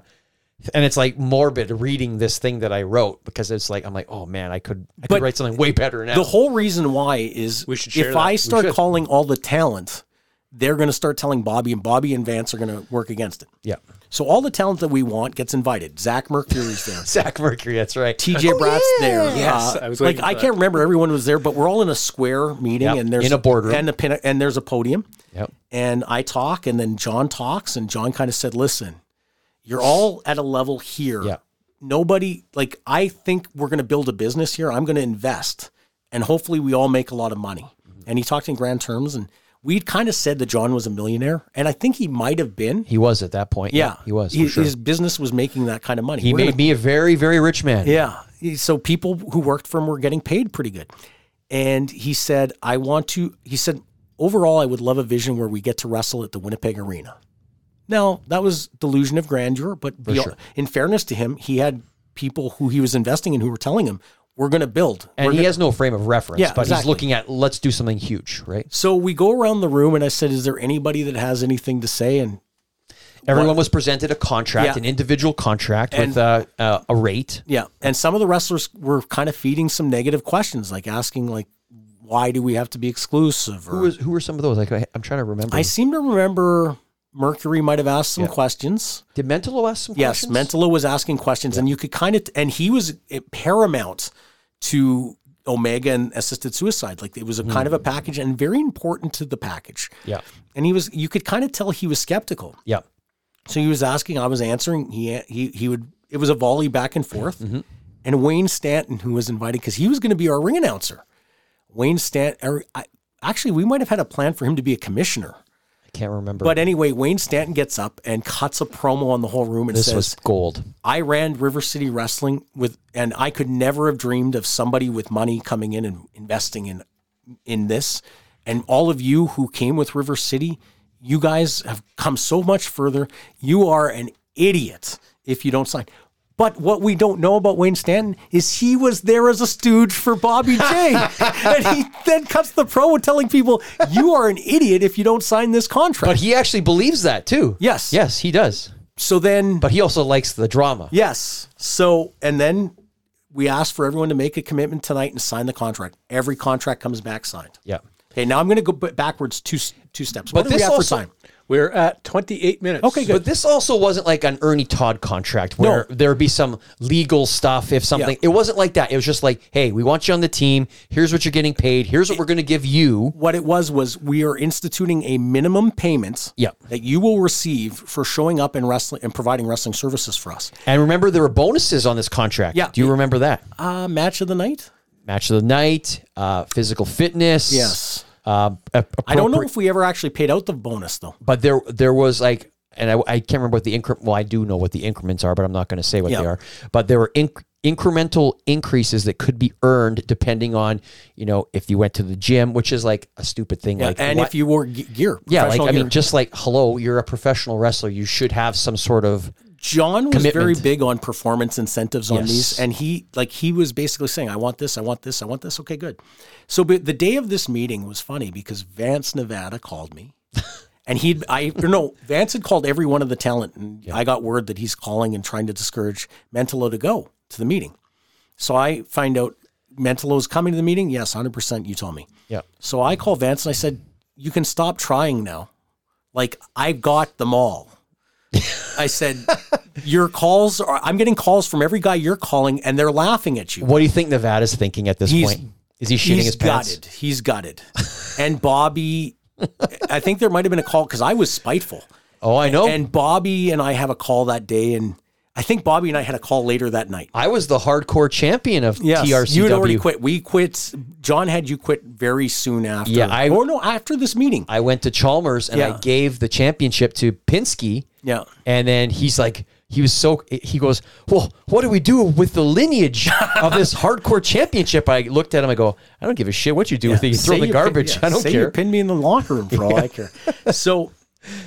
E: and it's like morbid reading this thing that I wrote because it's like I'm like, oh man, I could I
C: But
E: could write something way better now.
C: The whole reason why is
F: We should share
C: if
F: that.
C: I
F: We
C: start
E: should.
C: calling all the talent, they're going to start telling Bobby, and Bobby and Vance are going to work against it.
E: yeah.
C: So all the talent that we want gets invited. Zach Mercury's there.
E: Zach Mercury. That's right.
C: TJ Bratt's there. Uh,
F: Yes, I was
C: like
F: waiting
C: I
F: for
C: can't remember everyone was there, but we're all in a square meeting
E: Yep,
C: and there's
E: in a boardroom.
C: and a pin, and there's a podium.
E: Yep.
C: And I talk, and then John talks, and John kind of said, "Listen, you're all at a level here.
E: Yep.
C: Nobody like I think we're going to build a business here. I'm going to invest, and hopefully we all make a lot of money."
E: Mm-hmm.
C: And he talked in grand terms, and we'd kind of said that John was a millionaire, and I think he might have been.
E: He was at that point.
C: Yeah,
E: He was.
C: He-
E: for sure.
C: His business was making that kind of money.
E: he
C: We're
E: made
C: gonna-
E: me a very very rich man.
C: yeah. He- So people who worked for him were getting paid pretty good. And he said, I want to, he said, overall, I would love a vision where we get to wrestle at the Winnipeg Arena. Now, that was delusion of grandeur, but beyond-
E: sure.
C: in fairness to him, he had people who he was investing in who were telling him, we're going to build.
E: And he has no frame of reference,
C: Yeah,
E: but he's
C: exactly.
E: looking at let's do something huge, right?
C: So we go around the room and I said, Is there anybody that has anything to say? And
E: Everyone was presented a contract,
C: Yeah.
E: an individual contract
C: And-
E: with uh, uh, a rate.
C: Yeah, and some of the wrestlers were kind of feeding some negative questions, like asking, like, why do we have to be exclusive? Or
E: Who was who were some of those? Like I, I'm trying to remember.
C: I seem to remember Mercury might have asked some
E: Yeah.
C: questions.
E: Did Mentalo ask some
C: Yes,
E: questions?
C: Mentolo was asking questions, and you could kind of, and he was eh, paramount to Omega and assisted suicide. Like it was a kind of a package, and very important to the package.
E: Hmm. Yeah.
C: And he was, you could kind of tell he was skeptical.
E: Yeah.
C: So he was asking, I was answering. He he he would. It was a volley back and forth. And Wayne Stanton, who was invited because he was going to be our ring announcer, Wayne Stanton. I, actually, we might have had a plan for him to be a commissioner.
E: I can't remember.
C: But anyway, Wayne Stanton gets up and cuts a promo on the whole room and
E: this
C: says,
E: was gold.
C: "I ran River City Wrestling with, and I could never have dreamed of somebody with money coming in and investing in in this. And all of you who came with River City, you guys have come so much further. You are an idiot if you don't sign." But what we don't know about Wayne Stanton is he was there as a stooge for Bobby J. and he then cuts the promo telling people, you are an idiot if you don't sign this contract.
E: But he actually believes that too.
C: Yes.
E: Yes, he does.
C: so then,
E: But he also likes the drama.
C: yes. So, and then we asked for everyone to make a commitment tonight and sign the contract. Every contract comes back signed.
E: Yeah.
C: Okay, now I'm going to go b- backwards two s- two steps.
E: But
C: What do we
E: this
C: have
E: also-
C: for time?
F: We're at 28 minutes.
C: Okay, good.
E: But this also wasn't like an Ernie Todd contract where there would be some legal stuff if something.
C: Yeah.
E: It wasn't like that. It was just like, hey, we want you on the team. Here's what you're getting paid. Here's what we're going to give you.
C: what it was was we are instituting a minimum payment
E: Yep.
C: that you will receive for showing up in wrestling and providing wrestling services for us.
E: And remember, there were bonuses on this contract.
C: Yeah.
E: Do you remember that?
C: Uh, match of the night?
E: Match of the night, uh, physical fitness.
C: Yes.
E: Um,
C: I don't know if we ever actually paid out the bonus though.
E: but there there was like and I, I can't remember what the increment well I do know what the increments are but I'm not going to say what
C: Yeah.
E: they are but there were inc- incremental increases that could be earned depending on you know if you went to the gym which is like a stupid thing like
C: and
E: what-
C: if you wore ge- gear,
E: yeah like
C: professional
E: I
C: gear.
E: mean just like hello you're a professional wrestler you should have some sort of
C: John was
E: commitment.
C: very big on performance incentives on
E: Yes.
C: these, and he like he was basically saying, "I want this, I want this, I want this." Okay, good. So, but the day of this meeting was funny because Vance Nevada called me, and he I or no Vance had called every one of the talent, and I got word that he's calling and trying to discourage Mentolo to go to the meeting. So I find out Mentolo's coming to the meeting. Yes, hundred percent. You told me.
E: yeah
C: So I call Vance and I said, "You can stop trying now. Like I got them all." I said, "Your calls are. I'm getting calls from every guy you're calling, and they're laughing at you.
E: what do you think Nevada's thinking at this
C: He's-
E: point is he shitting
C: He's
E: his pants
C: gutted. He's gutted." and Bobby, I think there might have been a call because I was spiteful.
E: oh I know
C: And Bobby and I have a call that day, and I think Bobby and I had a call later that night.
E: I was the hardcore champion of
C: Yes,
E: TRCW
C: you had already quit. We quit. John had you quit very soon after.
E: Yeah, I-
C: or no, after this meeting.
E: I went to Chalmers and
C: Yeah.
E: I gave the championship to Pinsky.
C: Yeah.
E: And then he's like, he was so, he goes, well, what do we do with the lineage of this hardcore championship? I looked at him. I go, I don't give a shit what you do with it. You throw
C: Say
E: the
C: you pin-
E: garbage.
C: yeah,
E: I don't
C: say You
E: care.
C: pinned me in the locker room for all I care. So,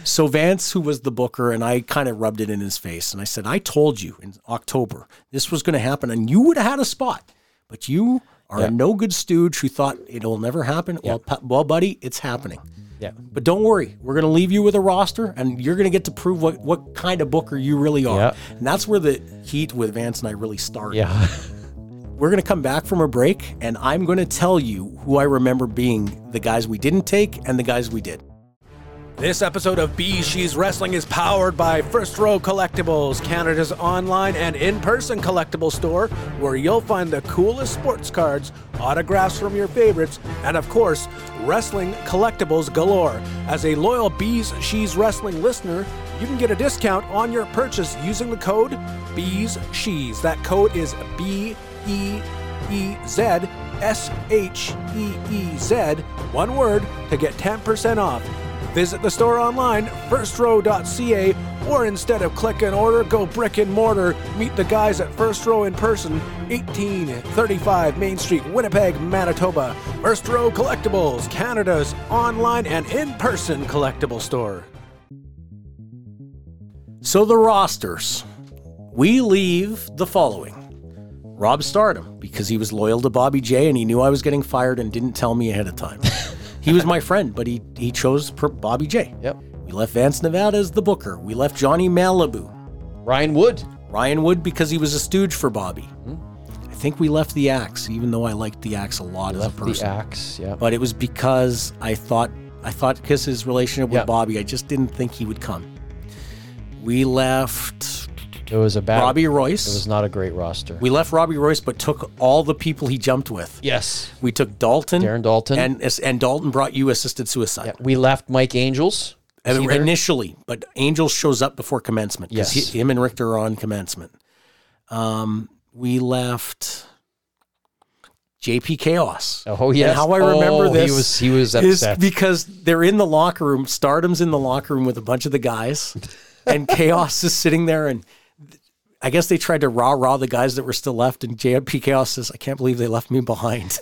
C: so Vance, who was the booker, and I kind of rubbed it in his face, and I said, "I told you in October this was going to happen, and you would have had a spot, but you are
E: Yeah.
C: a no good stooge who thought it'll never happen. Well, pu- well, buddy, it's happening."
E: Yeah.
C: But don't worry, we're going to leave you with a roster, and you're going to get to prove what, what kind of booker you really are.
E: Yeah.
C: And that's where the heat with Vance and I really started
E: Yeah.
C: we're going to come back from a break and I'm going to tell you who I remember being the guys we didn't take and the guys we did.
F: This episode of B She's Wrestling is powered by First Row Collectibles, Canada's online and in person collectible store, where you'll find the coolest sports cards, autographs from your favorites, and of course, wrestling collectibles galore. As a loyal Bees She's Wrestling listener, you can get a discount on your purchase using the code Bees She's. That code is B E E Z S H E E Z, one word, to get 10% off. Visit the store online, firstrow.ca, or instead of click and order, go brick and mortar. Meet the guys at First Row in person, 1835 Main Street, Winnipeg, Manitoba. First Row Collectibles, Canada's online and in person collectible store.
C: So the rosters. We leave the following Rob Stardom, because he was loyal to Bobby J and he knew I was getting fired and didn't tell me ahead of time. he was my friend, but he, he chose per- Bobby J.
E: Yep.
C: We left Vance Nevada as the booker. We left Johnny Malibu.
E: Ryan Wood.
C: Ryan Wood because he was a stooge for Bobby. I think we left the axe, even though I liked the axe a lot as a person.
E: The axe. Yeah.
C: but it was because I thought I thought because his relationship with
E: Yeah.
C: Bobby, I just didn't think he would come. We left
E: It was a bad.
C: Robbie
E: It was
C: Royce.
E: not a great roster.
C: We left Robbie Royce, but took all the people he jumped with.
E: yes.
C: We took Dalton,
E: Darren Dalton.
C: and and Dalton brought you assisted suicide.
E: Yeah. We left Mike Angels.
C: And
E: Either-
C: Initially, but Angel shows up before commencement. 'cause
E: Yes.
C: he- him and Richter are on commencement. Um, we left JP Chaos.
E: Oh, yes.
C: And how I remember
E: Oh, he
C: this
E: was- he was
C: is
E: upset.
C: because they're in the locker room. Stardom's in the locker room with a bunch of the guys, and Chaos is sitting there and. I guess they tried to rah rah the guys that were still left, and JP Chaos says, "I can't believe they left me behind."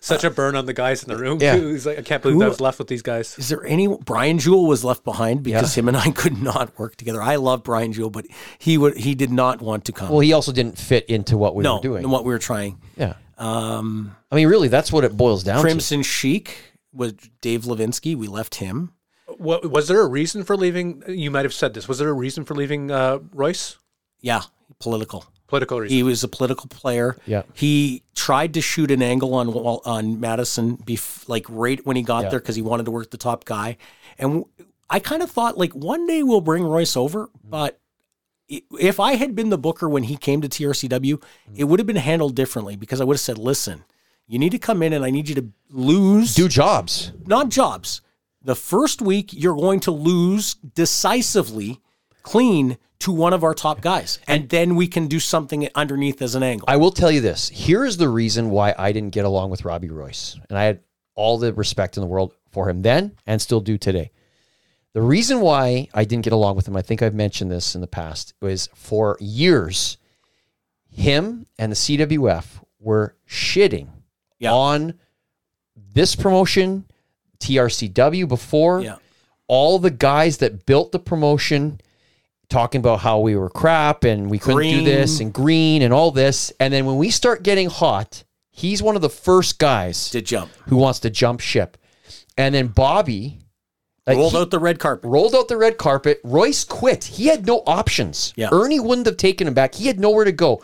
F: Such a burn on the guys in the room.
E: Yeah.
F: too. He's like, I can't believe that
C: Who-
F: was left with these guys.
C: Is there any Brian Jewell was left behind because him and I could not work together. I love Brian Jewell, but he would he did not want to come.
E: Well, he also didn't fit into what we
C: no,
E: were doing.
C: and what we were trying.
E: yeah. Um, I mean, really, that's what it boils down to.
C: Crimson Chic was Dave Levinsky. We left him.
F: What, was there a reason for leaving? You might have said this. Was there a reason for leaving uh, Royce?
C: Yeah, political.
F: Political reason.
C: He was a political player.
E: Yeah.
C: He tried to shoot an angle on Wal- on Madison, bef- like right when he got there, because he wanted to work the top guy. And w- I kind of thought like one day we'll bring Royce over, but i- if I had been the booker when he came to TRCW, it would have been handled differently because I would have said, "Listen, you need to come in, and I need you to lose
E: Do jobs.
C: not jobs. The first week, you're going to lose decisively clean to one of our top guys. And then we can do something underneath as an angle.
E: I will tell you this. Here is the reason why I didn't get along with Robbie Royce. And I had all the respect in the world for him then and still do today. The reason why I didn't get along with him, I think I've mentioned this in the past, was for years, him and the CWF were shitting
C: Yeah.
E: on this promotion, TRCW before,
C: Yeah.
E: all the guys that built the promotion talking about how we were crap and we couldn't do
C: Green.
E: this and green and all this. And then when we start getting hot, he's one of the first guys
C: to jump.
E: who wants to jump ship. And then Bobby like,
C: Rolled
E: he
C: out the red carpet.
E: rolled out the red carpet. Royce quit. He had no options.
C: Yeah.
E: Ernie wouldn't have taken him back. He had nowhere to go.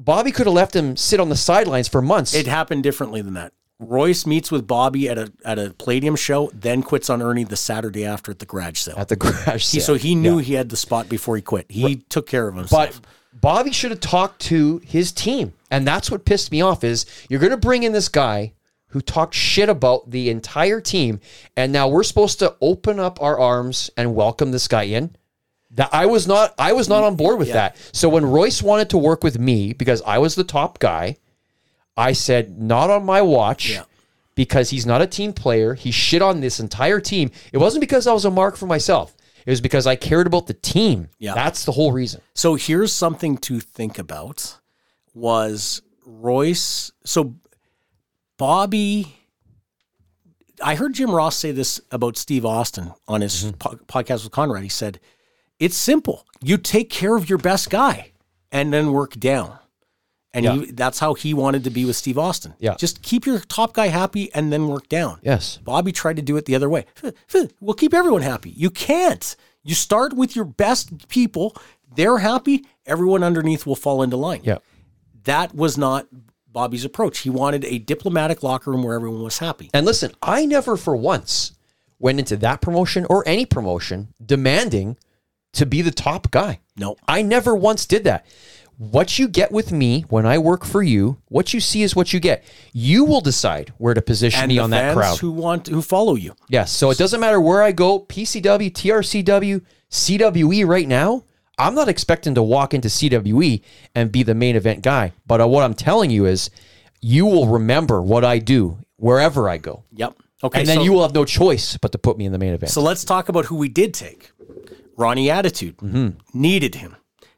E: Bobby could have left him sit on the sidelines for months.
C: It happened differently than that. Royce meets with Bobby at a at a Palladium show, then quits on Ernie the Saturday after at the garage sale.
E: at the garage
C: He- so
E: sale.
C: he knew he had the spot before he quit. He took care of himself.
E: But Bobby should have talked to his team, and that's what pissed me off. Is you're going to bring in this guy who talked shit about the entire team, and now we're supposed to open up our arms and welcome this guy in. That I was not, I was not on board with that. So when Royce wanted to work with me because I was the top guy, I said not on my watch. Because he's not a team player. He shit on this entire team. It wasn't because I was a mark for myself. It was because I cared about the team.
C: Yeah.
E: That's the whole reason.
C: So here's something to think about was Royce so Bobby I heard Jim Ross say this about Steve Austin on his
E: Mm-hmm.
C: po- podcast with Conrad. He said, "It's simple. You take care of your best guy and then work down." And
E: Yeah.
C: he, that's how he wanted to be with Steve Austin.
E: Yeah.
C: Just keep your top guy happy and then work down.
E: Yes.
C: Bobby tried to do it the other way. We'll keep everyone happy. You can't. You start with your best people. They're happy. Everyone underneath will fall into line.
E: Yeah.
C: That was not Bobby's approach. He wanted a diplomatic locker room where everyone was happy.
E: And listen, I never for once went into that promotion or any promotion demanding to be the top guy.
C: No.
E: I never once did that. What you get with me when I work for you, what you see is what you get. You will decide where to position
C: And
E: me
C: the
E: on that
C: fans
E: crowd.
C: who want who follow you.
E: yes. So it doesn't matter where I go, PCW, TRCW, CWE E right now. I'm not expecting to walk into CWE and be the main event guy. But uh, what I'm telling you is you will remember what I do wherever I go.
C: Yep. Okay.
E: and then
C: so,
E: you will have no choice but to put me in the main event.
C: So let's talk about who we did take. Ronnie Attitude
E: Mm-hmm.
C: needed him.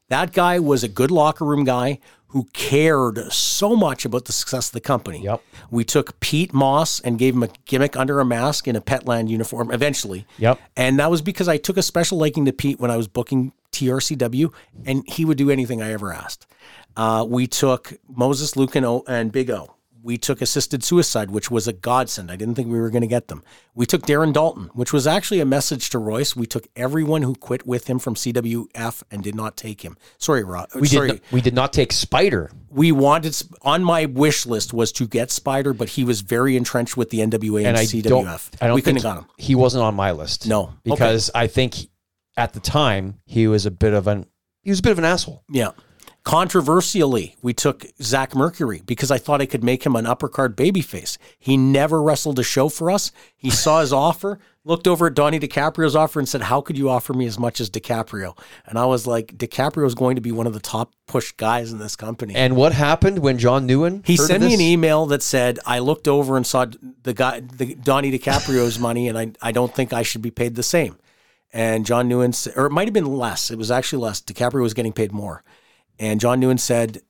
C: That guy was a good locker room guy who cared so much about the success of the company.
E: Yep.
C: We took Pete Moss and gave him a gimmick under a mask in a Petland uniform eventually.
E: Yep.
C: And that was because I took a special liking to Pete when I was booking TRCW, and he would do anything I ever asked. Uh, we took Moses Lucano and Big O. We took Assisted Suicide, which was a godsend. I didn't think we were going to get them. We took Darren Dalton, which was actually a message to Royce. We took everyone who quit with him from CWF and did not take him. Sorry, Rob.
E: we did
C: sorry.
E: not, we did not take Spider.
C: We wanted Sp- on my wish list was to get Spider, but he was very entrenched with the NWA and,
E: And I
C: CWF.
E: don't, I don't
C: we couldn't
E: think
C: have got him.
E: he wasn't on my list.
C: No. Okay.
E: because I think he- at the time he was a bit of an he was a bit of an asshole.
C: Yeah. Controversially, we took Zach Mercury because I thought I could make him an uppercard babyface. He never wrestled a show for us. He saw his offer, looked over at Donnie DiCaprio's offer, and said, How could you offer me as much as DiCaprio? And I was like, DiCaprio's going to be one of the top push guys in this company.
E: And what happened when John Newen?
C: he
E: heard of
C: sent me
E: this?
C: an e- email that said, I looked over and saw the guy, the Donnie DiCaprio's money, and I, I don't think I should be paid the same. And John Newen, sa- or it might have been less. It was actually less. DiCaprio was getting paid more. And John Newen said,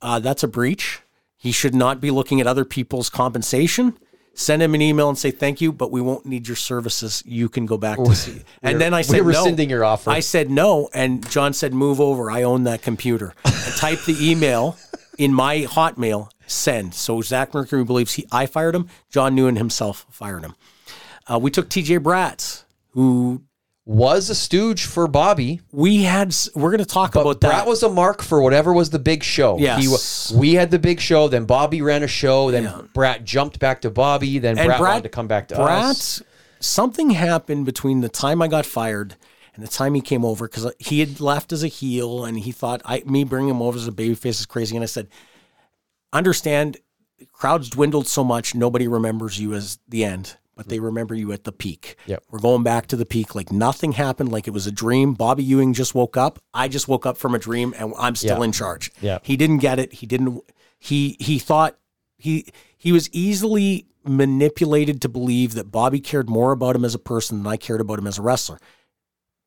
C: uh, That's a breach. He should not be looking at other people's compensation. Send him an email and say thank you, but we won't need your services. You can go back to see. And then I said
E: we're
C: no.
E: rescinding your offer.
C: I said no, and John said move over. I own that computer. And type the email in my Hotmail. Send. So Zach Mercury believes he I fired him. John Newen himself fired him. Uh, we took T.J. Bratz, who
E: Was a stooge for Bobby.
C: we had. s- We're going to talk about that.
E: Brat was a mark for whatever was the big show. He
C: Yes.
E: wa- we had the big show. Then Bobby ran a show. Then Brat jumped back to Bobby. Then Brat, wanted to come back to
C: Brat,
E: us.
C: Something happened between the time I got fired and the time he came over because he had left as a heel and he thought I me bringing him over as a babyface is crazy. And I said, understand, crowds dwindled so much nobody remembers you as the end. But they remember you at the peak.
E: Yep.
C: We're going back to the peak. Like nothing happened. Like it was a dream. Bobby Ewing just woke up. I just woke up from a dream, and I'm still
E: Yeah.
C: in charge.
E: Yeah.
C: He didn't get it. He didn't. He he thought he he was easily manipulated to believe that Bobby cared more about him as a person than I cared about him as a wrestler.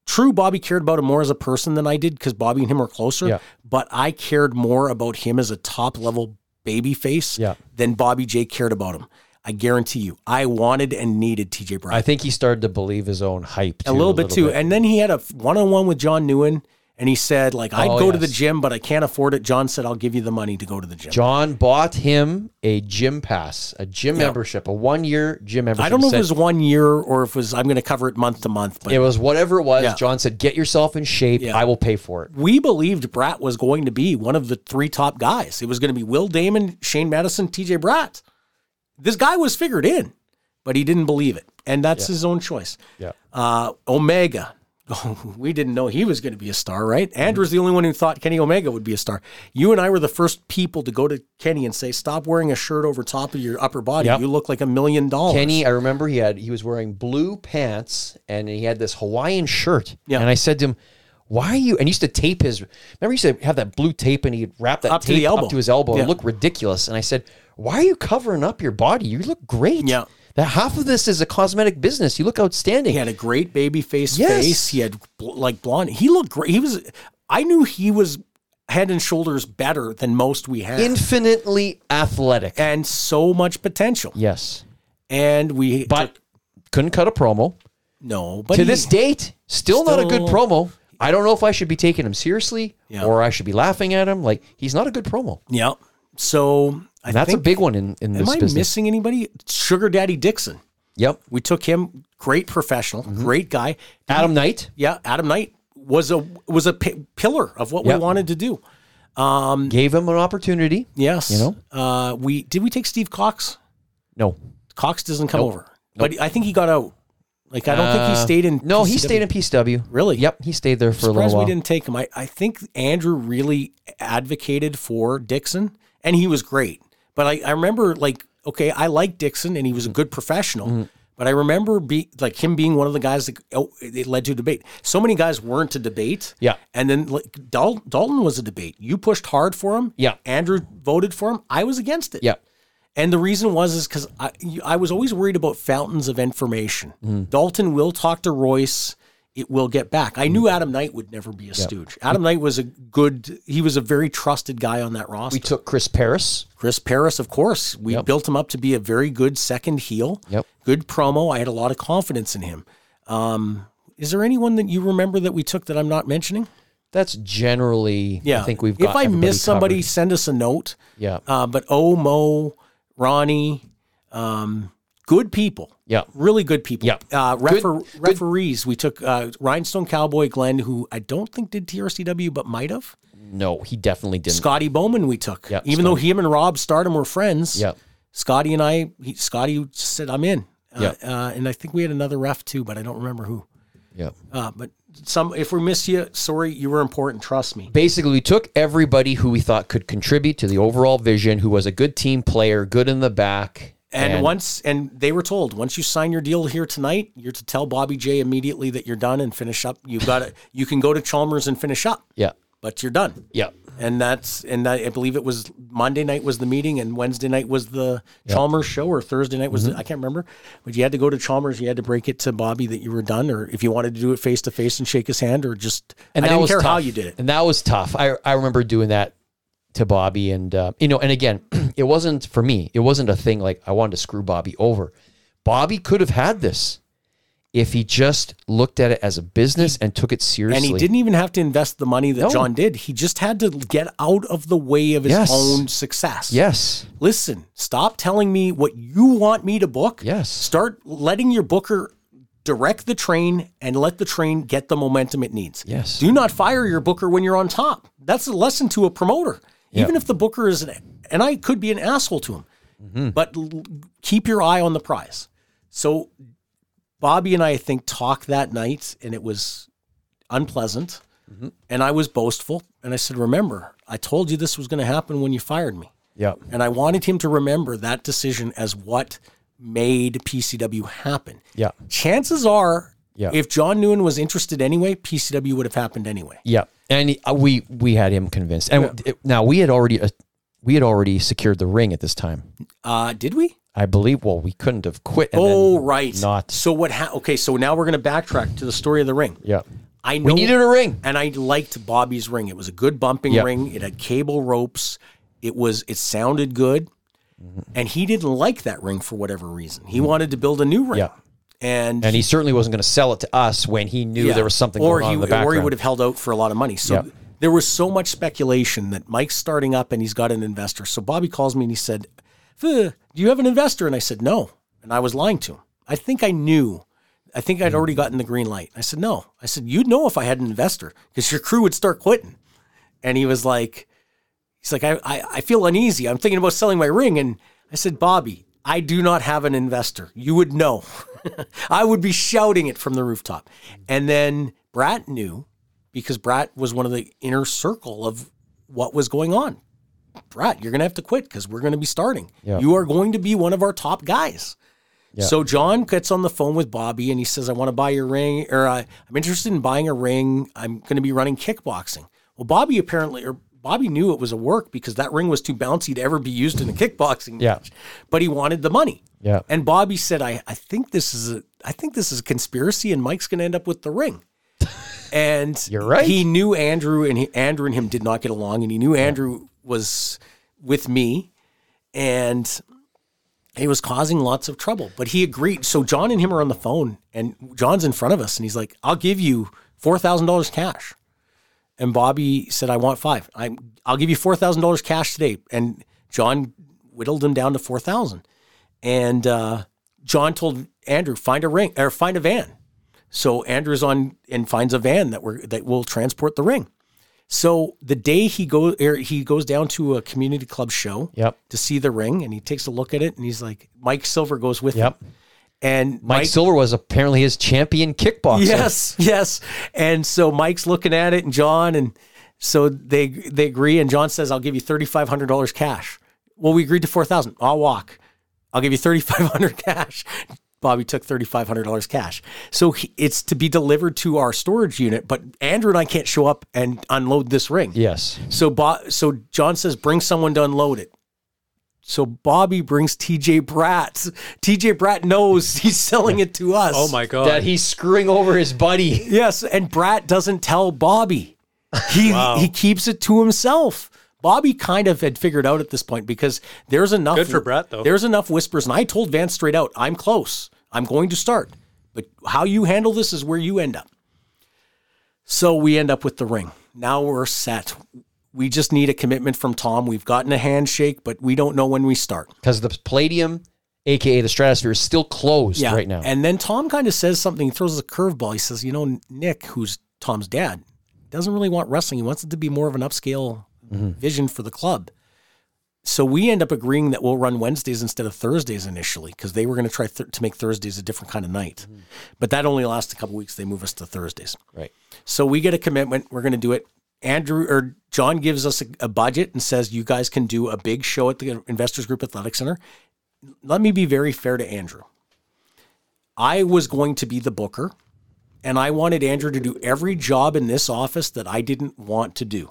C: True, Bobby cared about him more as a person than I did because Bobby and him are closer.
E: Yeah.
C: But I cared more about him as a top level baby face
E: Yeah.
C: than Bobby J cared about him. I guarantee you, I wanted and needed TJ Brown
E: I think he started to believe his own hype.
C: a little, bit too. And then he had a one on one with John Newen, and he said, like, I'd
E: Oh,
C: go to the
E: yes.
C: gym, but I can't afford it. John said, I'll give you the money to go to the gym.
E: John bought him a gym pass, a gym membership, a one year gym membership.
C: I don't know if
E: Said-
C: it was one year or if it was I'm going to cover it month to month, but
E: It was whatever it was.
C: Yeah.
E: John said, "Get yourself in shape.
C: Yeah.
E: I will pay for it."
C: we believed Brat was going to be one of the three top guys. It was going to be Will Damon, Shane Madison, TJ Brat. This guy was figured in, but he didn't believe it, and that's his own choice.
E: Yeah.
C: Uh, Omega. we didn't know he was going to be a star, right?
E: Mm-hmm.
C: Andrew's the only one who thought Kenny Omega would be a star. You and I were the first people to go to Kenny and say, "Stop wearing a shirt over top of your upper body.
E: Yep.
C: You look like a million dollars."
E: Kenny, I remember he had he was wearing blue pants and he had this Hawaiian shirt.
C: Yeah.
E: And I said to him, "Why are you?" And he used to tape his. Remember, he used to have that blue tape and he'd wrap that
C: Up to
E: tape
C: the elbow.
E: up to his elbow
C: Yeah.
E: and look ridiculous. And I said, "Why are you covering up your body? You look great.
C: Yeah.
E: That half of this is a cosmetic business. You look outstanding.
C: He had a great baby face
E: Yes.
C: face. He had bl- like blonde. He looked great. He was. I knew he was head and shoulders better than most we had,
E: Infinitely athletic.
C: and so much potential.
E: yes,
C: And we,
E: but couldn't cut a promo.
C: no, but
E: to
C: he-
E: this date, still, not a
C: Still-
E: good promo. I don't know if I should be taking him seriously
C: Yeah.
E: or I should be laughing at him. Like he's not a good promo.
C: yeah. So I
E: And that's
C: think,
E: a big one in in
C: Am
E: this
C: I
E: business.
C: missing anybody? Sugar Daddy Dixon.
E: yep,
C: We took him. Great professional. Great guy.
E: Mm-hmm. Adam Knight,
C: Yeah, Adam Knight was a was a pi- pillar of what
E: Yeah.
C: we wanted to do.
E: gave him an opportunity.
C: Yes.
E: You know?
C: uh, we did we take Steve Cox?
E: No,
C: Cox doesn't come over. But I think he got out. Like I don't think he stayed in.
E: Uh, no, he
C: PCW.
E: stayed in PCW.
C: Really?
E: Yep, he stayed there for a
C: Surprised
E: little
C: we
E: while.
C: didn't take him. I, I think Andrew really advocated for Dixon, and he was great. But I, I remember like okay, I liked Dixon, and he
E: Mm-hmm.
C: was a good professional. But I remember be like him being one of the guys that oh, it led to a debate. So many guys weren't a debate.
E: Yeah.
C: and then like Dal- Dalton was a debate. You pushed hard for him.
E: Yeah.
C: Andrew voted for him. I was against it.
E: Yep.
C: And the reason was is because I you- I was always worried about fountains of information.
E: Mm.
C: Dalton will talk to Royce. It will get back.
E: Mm.
C: I knew Adam Knight would never be a stooge. Adam Knight was a good. He was a very trusted guy on that roster.
E: We took Chris Paris.
C: Chris Paris, of course, we built him up to be a very good second heel.
E: Yep.
C: Good promo. I had a lot of confidence in him. Um, is there anyone that you remember that we took that I'm not mentioning?
E: That's generally.
C: Yeah.
E: I think we've.
C: If
E: got
C: I
E: everybody
C: miss somebody,
E: covered.
C: send us a note.
E: Yeah.
C: Uh, but O Mo, Ronnie, um, good people.
E: Yeah.
C: Really good people.
E: Yeah.
C: Uh, refer-
E: Good- good-
C: referees. We took uh, Rhinestone Cowboy Glenn, who I don't think did TRCW, but might have.
E: no, he definitely didn't.
C: Scotty Bowman, we took.
E: Yeah,
C: Even though him and Rob Stardom were friends.
E: Yeah.
C: Scotty and I, he, Scotty just said, I'm in. Uh,
E: Yeah.
C: uh, and I think we had another ref too, but I don't remember who.
E: yeah.
C: Uh, but some, if we miss you, sorry, you were important. Trust me.
E: basically we took everybody who we thought could contribute to the overall vision, who was a good team player, good in the back.
C: And, once, and they were told, once you sign your deal here tonight, you're to tell Bobby J immediately that you're done and finish up. You got to, you can go to Chalmers and finish up,
E: Yeah.
C: but you're done.
E: Yeah.
C: And that's, and I I believe it was Monday night was the meeting and Wednesday night was the Chalmers show or Thursday night was,
E: Mm-hmm.
C: the, I can't remember, but you had to go to Chalmers. You had to break it to Bobby that you were done, or if you wanted to do it face to face and shake his hand or just,
E: And
C: I
E: that
C: didn't
E: was
C: care
E: tough.
C: how you did it.
E: And that was tough. I I remember doing that to Bobby, and uh, you know, and again, it wasn't for me. It wasn't a thing like I wanted to screw Bobby over. Bobby could have had this if he just looked at it as a business and took it seriously.
C: And he didn't even have to invest the money that
E: No.
C: John did. He just had to get out of the way of his
E: Yes.
C: own success.
E: Yes.
C: Listen, stop telling me what you want me to book.
E: Yes.
C: Start letting your booker direct the train and let the train get the momentum it needs.
E: Yes.
C: Do not fire your booker when you're on top. That's a lesson to a promoter. Even if the booker is an and I could be an asshole to him.
E: Mm-hmm.
C: But l- keep your eye on the prize. So Bobby and I, I think, talked that night and it was unpleasant.
E: Mm-hmm.
C: And I was boastful. And I said, Remember, I told you this was going to happen when you fired me.
E: Yeah.
C: And I wanted him to remember that decision as what made PCW happen.
E: Yeah.
C: Chances are,
E: Yeah.
C: if John Newen was interested anyway, PCW would have happened anyway.
E: Yeah, and he- uh, we we had him convinced, and it- now we had already uh, we had already secured the ring at this time.
C: Uh, did we?
E: I believe. Well, we couldn't have quit. And
C: oh,
E: then
C: right.
E: Not.
C: So what? Ha- okay. So now we're going to backtrack to the story of the ring.
E: Yeah.
C: I know
E: We needed a ring.
C: and I liked Bobby's ring. It was a good bumping
E: Yeah.
C: ring. It had cable ropes. It was it sounded good.
E: Mm-hmm.
C: And he didn't like that ring for whatever reason. He wanted to build a new ring.
E: Yeah.
C: And,
E: And he certainly wasn't going to sell it to us when he knew
C: yeah.
E: there was something
C: or
E: going on
C: he,
E: in the background.
C: Or he would have held out for a lot of money. So
E: Yeah.
C: there was so much speculation that Mike's starting up and he's got an investor. So Bobby calls me and he said, "Fuh, Do you have an investor? And I said, No. And I was lying to him. I think I knew. I think I'd already gotten the green light. I said, No. I said, You'd know if I had an investor because your crew would start quitting. And he was like, He's like, I, I, I feel uneasy. I'm thinking about selling my ring. And I said, Bobby, I do not have an investor. You would know. I would be shouting it from the rooftop. And then Brat knew because Brat was one of the inner circle of what was going on. Brat, you're going to have to quit because we're going to be starting.
E: Yeah.
C: You are going to be one of our top guys. So John gets on the phone with Bobby and he says, I want to buy your ring, or I, I'm interested in buying a ring. I'm going to be running kickboxing. Well, Bobby apparently, or Bobby knew it was a work because that ring was too bouncy to ever be used in a kickboxing
E: Yeah.
C: match, but he wanted the money.
E: Yeah.
C: And Bobby said, I, I think this is a, I think this is a conspiracy and Mike's going to end up with the ring. And
E: You're right.
C: He knew Andrew and he, Andrew and him did not get along, and he knew Andrew was with me, and he was causing lots of trouble. But he agreed. So John and him are on the phone, and John's in front of us, and he's like, "I'll give you four thousand dollars cash." And Bobby said, "I want five. I I'll give you four thousand dollars cash today." And John whittled him down to four thousand, and uh, John told Andrew, "Find a ring or find a van." So Andrew's on and finds a van that we're, that will transport the ring. So the day he goes, er, he goes down to a community club show
E: Yep.
C: to see the ring, and he takes a look at it, and he's like, "Mike Silver goes with
E: Yep.
C: him." And
E: Mike, Silver was apparently his champion kickboxer.
C: Yes, yes. And so Mike's looking at it, and John, and so they they agree. And John says, "I'll give you thirty five hundred dollars cash." Well, we agreed to four thousand. I'll walk. I'll give you thirty five hundred cash. Bobby took thirty five hundred dollars cash. So he, it's to be delivered to our storage unit, but Andrew and I can't show up and unload this ring.
E: Yes.
C: So Bo- so John says, bring someone to unload it. So Bobby brings TJ Bratt. TJ Bratt knows he's selling it to us.
F: Oh my god.
E: That he's screwing over his buddy.
C: Yes, and Brat doesn't tell Bobby. He he keeps it to himself. Bobby kind of had figured out at this point because there's enough
F: Good for Brat, though.
C: There's enough whispers, and I told Vance straight out, I'm close. I'm going to start. But how you handle this is where you end up. So we end up with the ring. Now we're set. We just need a commitment from Tom. We've gotten a handshake, but we don't know when we start.
E: Because the Palladium, aka the Stratosphere, is still closed right now.
C: And then Tom kind of says something. He throws a curveball. He says, "You know, Nick, who's Tom's dad, doesn't really want wrestling. He wants it to be more of an upscale
E: Mm-hmm.
C: vision for the club." So we end up agreeing that we'll run Wednesdays instead of Thursdays initially because they were going to try th- to make Thursdays a different kind of night, but that only lasts a couple weeks. They move us to Thursdays.
E: Mm-hmm. right.
C: So we get a commitment. We're going to do it. Andrew or John gives us a, a budget and says, you guys can do a big show at the Investors Group Athletic Center. Let me be very fair to Andrew. I was going to be the booker, and I wanted Andrew to do every job in this office that I didn't want to do.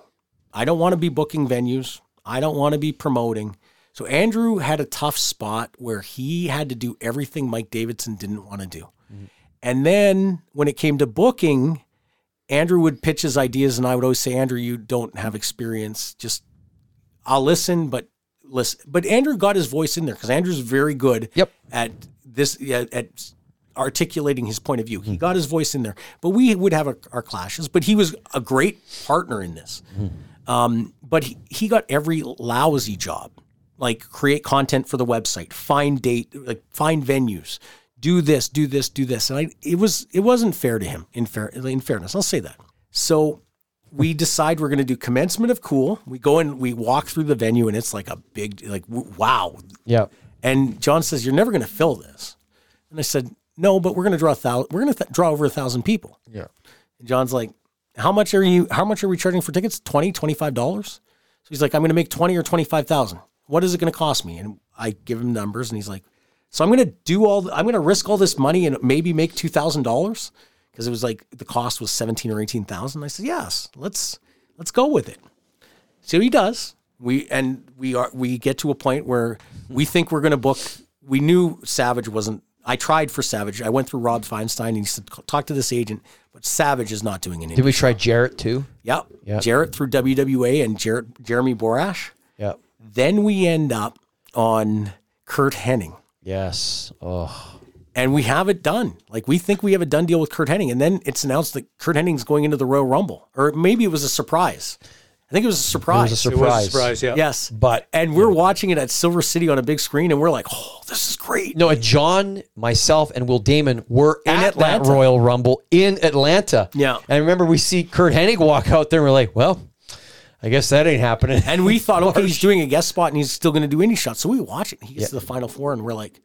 C: I don't want to be booking venues, I don't want to be promoting. So Andrew had a tough spot where he had to do everything Mike Davidson didn't want to do. And then when it came to booking, Andrew would pitch his ideas, and I would always say, Andrew, you don't have experience. Just I'll listen, but listen. But Andrew got his voice in there because Andrew's very good
E: Yep.
C: at this at, at articulating his point of view. He got his voice in there, but we would have our, our clashes. But he was a great partner in this. Um, but he, he got every lousy job, like create content for the website, find date, like find venues, do this, do this, do this. And I, it was it wasn't fair to him. In fair in fairness, I'll say that. So we decide we're going to do commencement of cool. We go and we walk through the venue, and it's like a big like w- wow.
E: Yeah.
C: And John says, "You're never going to fill this." And I said, "No, but we're going to draw a thousand. We're going to th- draw over a thousand people."
E: Yeah.
C: And John's like, "How much are you? How much are we charging for tickets? Twenty, twenty-five dollars?" So he's like, "I'm going to make twenty or twenty-five thousand. What is it going to cost me?" And I give him numbers, and he's like, "So I'm going to do all. I'm going to risk all this money and maybe make two thousand dollars because it was like the cost was seventeen or eighteen thousand. I said, "Yes, let's let's go with it." So he does. We and we are we get to a point where we think we're going to book. We knew Savage wasn't. I tried for Savage. I went through Rob Feinstein and he said, "Talk to this agent." But Savage is not doing anything.
E: Did we try Jarrett too?
C: Yep.
E: Yeah.
C: Jarrett through WWA and Jarrett, Jeremy Borash.
E: Yeah.
C: Then we end up on Kurt Henning.
E: Yes. Oh.
C: And we have it done. Like we think we have a done deal with Kurt Henning. And then it's announced that Kurt Henning's going into the Royal Rumble. Or maybe it was a surprise. I think it was a
E: It
C: surprise.
E: was a
F: It was a
E: surprise.
F: surprise, yeah.
C: Yes.
E: But-
C: and we're watching it at Silver City on a big screen and we're like, oh, this is great.
E: No, and John, myself, and Will Damon were
C: In
E: at that
C: Atlanta.
E: Royal Rumble in Atlanta.
C: Yeah.
E: And I remember we see Kurt Hennig walk out there and we're like, well, I guess that ain't happening.
C: And we thought, okay, he's doing a guest spot and he's still going to do any shot. So we watch it. And he gets to the final four and we're like,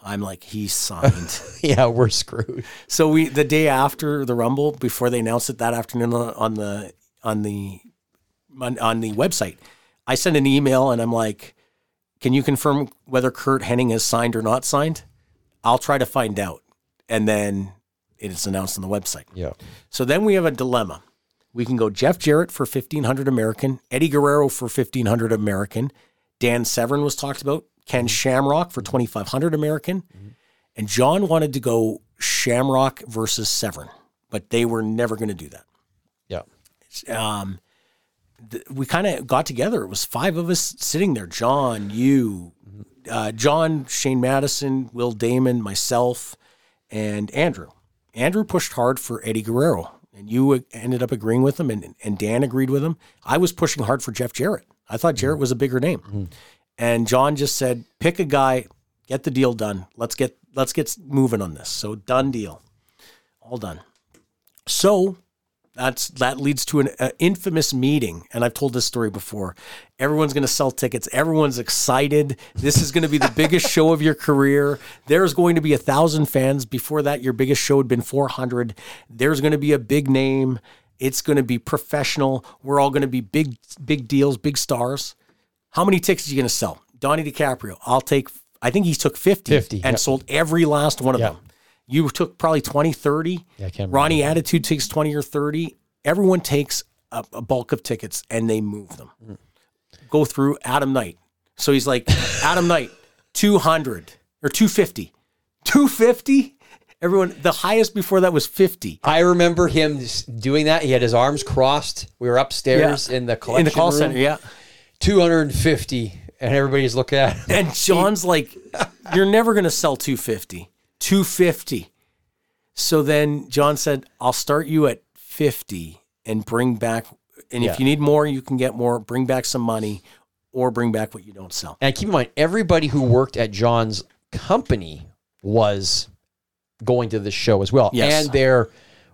C: I'm like, he's signed.
E: yeah, we're screwed.
C: So we the day after the Rumble, before they announced it that afternoon on on the on the on, on the website, I sent an email and I'm like, "Can you confirm whether Kurt Henning has signed or not signed? I'll try to find out." And then it is announced on the website.
E: Yeah.
C: So then we have a dilemma. We can go Jeff Jarrett for 1500 American, Eddie Guerrero for 1500 American, Dan Severn was talked about, Ken Shamrock for 2500 American, and John wanted to go Shamrock versus Severn, but they were never going to do that.
E: Yeah.
C: Um, th- we kind of got together. It was five of us sitting there John, you, uh, John, Shane Madison, Will Damon, myself, and Andrew. Andrew pushed hard for Eddie Guerrero, and you uh, ended up agreeing with him, and, and Dan agreed with him. I was pushing hard for Jeff Jarrett. I thought Jarrett was a bigger name. And John just said, pick a guy, get the deal done. Let's get let's get moving on this. So done deal. All done. So that's that leads to an uh, infamous meeting and i've told this story before everyone's going to sell tickets everyone's excited this is going to be the biggest show of your career there's going to be a thousand fans before that your biggest show had been 400 there's going to be a big name it's going to be professional we're all going to be big big deals big stars how many tickets are you going to sell donnie dicaprio i'll take i think he took 50,
E: 50,
C: and
E: yep.
C: sold every last one of
E: Yeah.
C: them you took probably 20 30
E: Yeah, I can't remember.
C: ronnie attitude takes 20 or 30 everyone takes a, a bulk of tickets and they move them go through adam knight so he's like adam knight 200 or 250 250 everyone the highest before that was 50
E: I remember him s- doing that. He had his arms crossed. We were upstairs in the
C: in
E: collection
C: the call
E: room.
C: center yeah
E: 250. And everybody's looking at him.
C: And John's like, you're never going to sell 250. 250. So then John said, I'll start you at 50 and bring back. And
E: Yeah.
C: if you need more, you can get more. Bring back some money or bring back what you don't sell.
E: And keep in mind, everybody who worked at John's company was going to this show as well.
C: Yes.
E: And their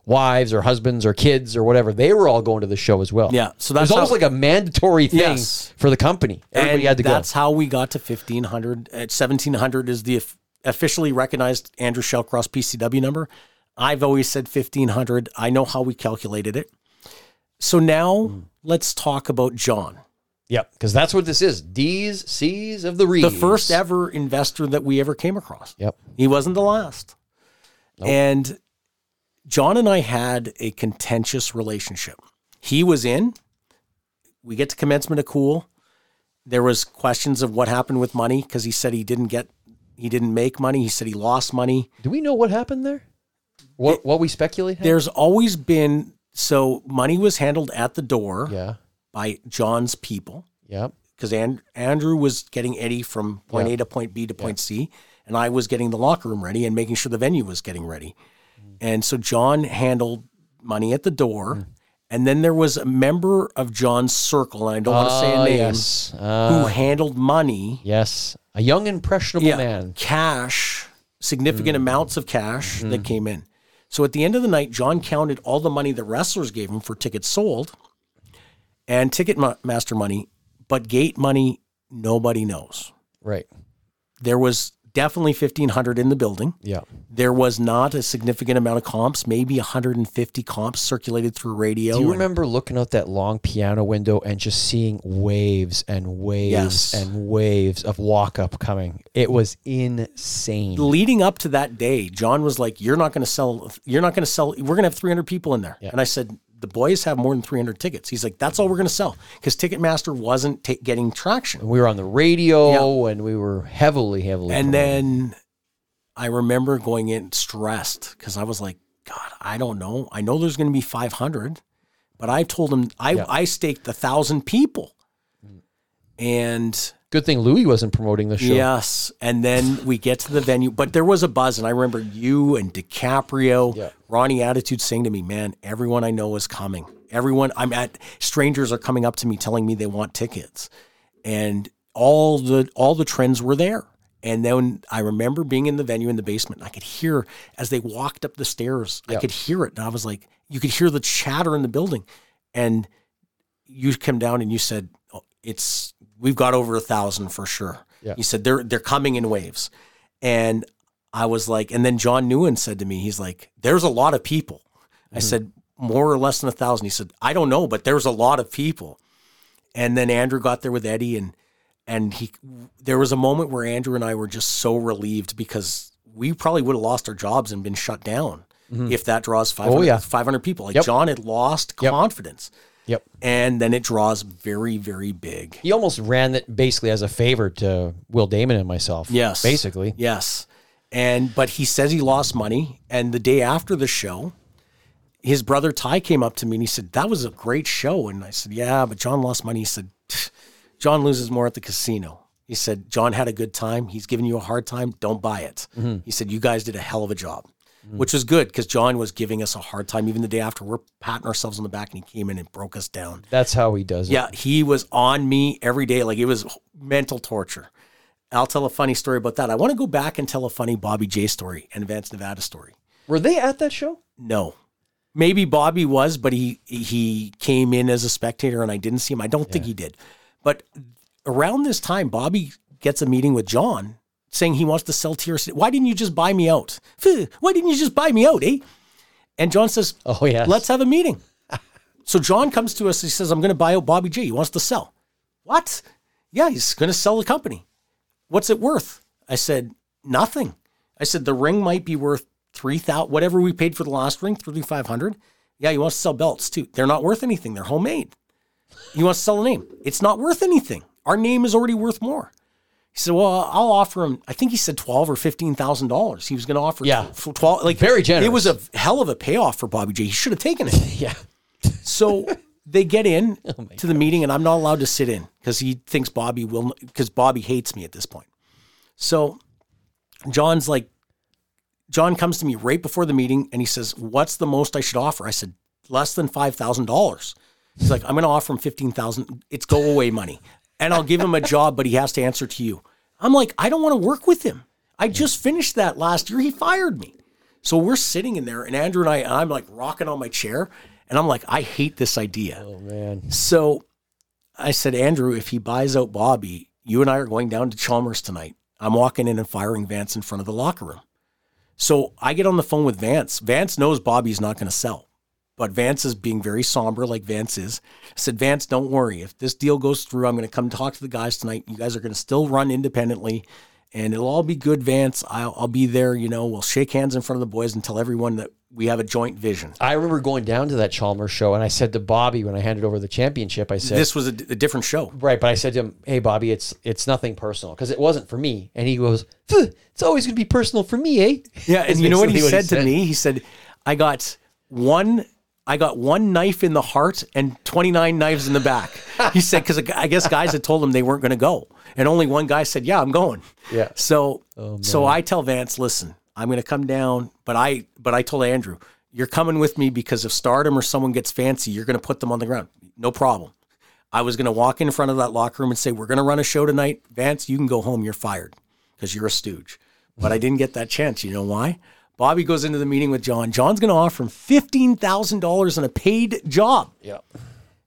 E: wives or husbands or kids or whatever, they were all going to the show as well.
C: Yeah. So
E: It was
C: that's
E: almost
C: how-
E: like a mandatory thing
C: Yes.
E: for the company. Everybody
C: and
E: had to go.
C: that's how we got to 1500. At 1700 is the of- officially recognized Andrew Shellcross PCW number. I've always said 1500. I know how we calculated it. So now
E: Hmm.
C: let's talk about John.
E: Yep. Because that's what this is. D's, C's of the Reeds.
C: the first ever investor that we ever came across.
E: Yep.
C: He wasn't the last. And John and I had a contentious relationship. He was in. We get to commencement of cool. There was questions of what happened with money because he said he didn't get, he didn't make money. He said he lost money.
E: Do we know what happened there? What what we speculate? happened?
C: There's always been so money was handled at the door
E: Yeah.
C: by John's people.
E: Yep.
C: because and, Andrew was getting Eddie from point A to point B to point C, and I was getting the locker room ready and making sure the venue was getting ready. And so John handled money at the door.
E: Mm.
C: And then there was a member of John's circle, and I don't want to say a
E: Ah,
C: name,
E: yes. Ah.
C: who handled money
E: Yes. A young, impressionable man. Mm-hmm.
C: cash, significant amounts of cash that came in. So at the end of the night, John counted all the money the wrestlers gave him for tickets sold and ticket ma- master money, but gate money, nobody knows.
E: Right.
C: There was definitely 1500 in the building.
E: Yeah.
C: There was not a significant amount of comps, maybe 150 comps circulated through radio.
E: Do you
C: and-
E: remember looking out that long piano window and just seeing waves and waves
C: Yes.
E: and waves of walk up coming? It was insane.
C: leading up to that day, John was like, "You're not going to sell. You're not going to sell. We're going to have 300 people in there." And I said, "The boys have more than 300 tickets." He's like, "That's all we're going to sell because Ticketmaster wasn't ta- getting traction."
E: We were on the radio and we were heavily, heavily.
C: And
E: promoted.
C: then I remember going in stressed because I was like, "God, I don't know. I know there's going to be 500, but I told him I I staked the thousand people." And
E: good thing Louis wasn't promoting the show.
C: Yes. And then we get to the venue, but there was a buzz. And I remember you and DiCaprio,
E: Yeah.
C: Ronnie Attitude saying to me, man, everyone I know is coming. Everyone I'm at, strangers are coming up to me telling me they want tickets. And all the, all the trends were there. And then I remember being in the venue in the basement. And I could hear as they walked up the stairs, I could hear it. And I was like, you could hear the chatter in the building. And you come down and you said oh, it's we've got over a thousand for sure.
E: Yeah.
C: You said they're they're coming in waves, and I was like, and then John Newen said to me, he's like, there's a lot of people. I
E: Mm-hmm.
C: said more or less than a thousand. He said, I don't know, but there's a lot of people. And then Andrew got there with Eddie, and and he there was a moment where Andrew and I were just so relieved because we probably would have lost our jobs and been shut down if that draws 500,
E: Mm-hmm. Oh, yeah.
C: 500 people. Like
E: Yep.
C: John had lost
E: Yep.
C: confidence
E: Yep.
C: and then it draws very, very big.
E: He almost ran it basically as a favor to Will Damon and myself.
C: Yes.
E: Basically.
C: Yes. And but he says he lost money. And the day after the show, his brother Ty came up to me and he said, That was a great show. And I said, Yeah, but John lost money. He said, "Tch, John loses more at the casino. He said, John had a good time. He's giving you a hard time. Don't buy it. He said, You guys did a hell of a job. Which was good because John was giving us a hard time even the day after. We're patting ourselves on the back and he came in and broke us down.
E: That's how he does it.
C: Yeah, he was on me every day. Like it was mental torture. I'll tell a funny story about that. I want to go back and tell a funny Bobby J story and Vance Nevada story.
E: Were they at that show?
C: No. Maybe Bobby was, but he he came in as a spectator and I didn't see him. I don't think he did. But around this time, Bobby gets a meeting with John saying he wants to sell TRC. Why didn't you just buy me out? Phew, Why didn't you just buy me out, eh? And John says,
E: Oh, yes.
C: Let's have a meeting. So John comes to us. He says, I'm going to buy out Bobby G. He wants to sell. What? Yeah, he's going to sell the company. What's it worth? I said, nothing. I said, the ring might be worth 3000 whatever we paid for the last ring, 3500 Yeah, he wants to sell belts too. They're not worth anything. They're homemade. He wants to sell a name. It's not worth anything. Our name is already worth more. He said, "Well, I'll offer him. I think he said twelve or fifteen thousand dollars. He was going to offer,
E: Yeah.
C: for twelve. Like
E: Very
C: It
E: generous.
C: was a hell of a payoff for Bobby J. He should have taken it.
E: Yeah.
C: So they get in
E: Oh
C: to the meeting, and I'm not allowed to sit in because he thinks Bobby will, because Bobby hates me at this point. So John's like, John comes to me right before the meeting and he says, What's the most I should offer? I said, Less than $5,000. He's like, I'm going to offer him 15000 It's go away money. And I'll give him a job, but he has to answer to you. I'm like, I don't want to work with him. I just finished that last year. He fired me. So we're sitting in there, and Andrew and I, and I'm like rocking on my chair, and I'm like, I hate this idea.
E: Oh, man.
C: So I said, Andrew, if he buys out Bobby, you and I are going down to Chalmers tonight. I'm walking in and firing Vance in front of the locker room. So I get on the phone with Vance. Vance knows Bobby's not going to sell, but Vance is being very somber, like Vance is. I said, Vance, don't worry. If this deal goes through, I'm going to come talk to the guys tonight. You guys are going to still run independently, and it'll all be good, Vance. I'll, I'll be there. You know, we'll shake hands in front of the boys and tell everyone that we have a joint vision.
E: I remember going down to that Chalmers show and I said to Bobby when I handed over the championship, I said,
C: This was a, d- a different show.
E: Right, but I said to him, "Hey, Bobby, it's it's nothing personal because it wasn't for me." And he goes, "Phew, "It's always going to be personal for me, eh?"
C: Yeah, and you know what he
E: basically
C: said to me? He said, "I got one. I got one knife in the heart and 29 knives in the back. He said, because I guess guys had told him they weren't going to go. And only one guy said, yeah, I'm going.
E: Yeah.
C: So, so I tell Vance, listen, I'm going to come down. But I, but I told Andrew, you're coming with me because if stardom or someone gets fancy, you're going to put them on the ground. No problem. I was going to walk in front of that locker room and say, we're going to run a show tonight. Vance, you can go home. You're fired because you're a stooge. But I didn't get that chance. You know why? Bobby goes into the meeting with John. John's going to offer him $15,000 and a paid job.
E: Yeah.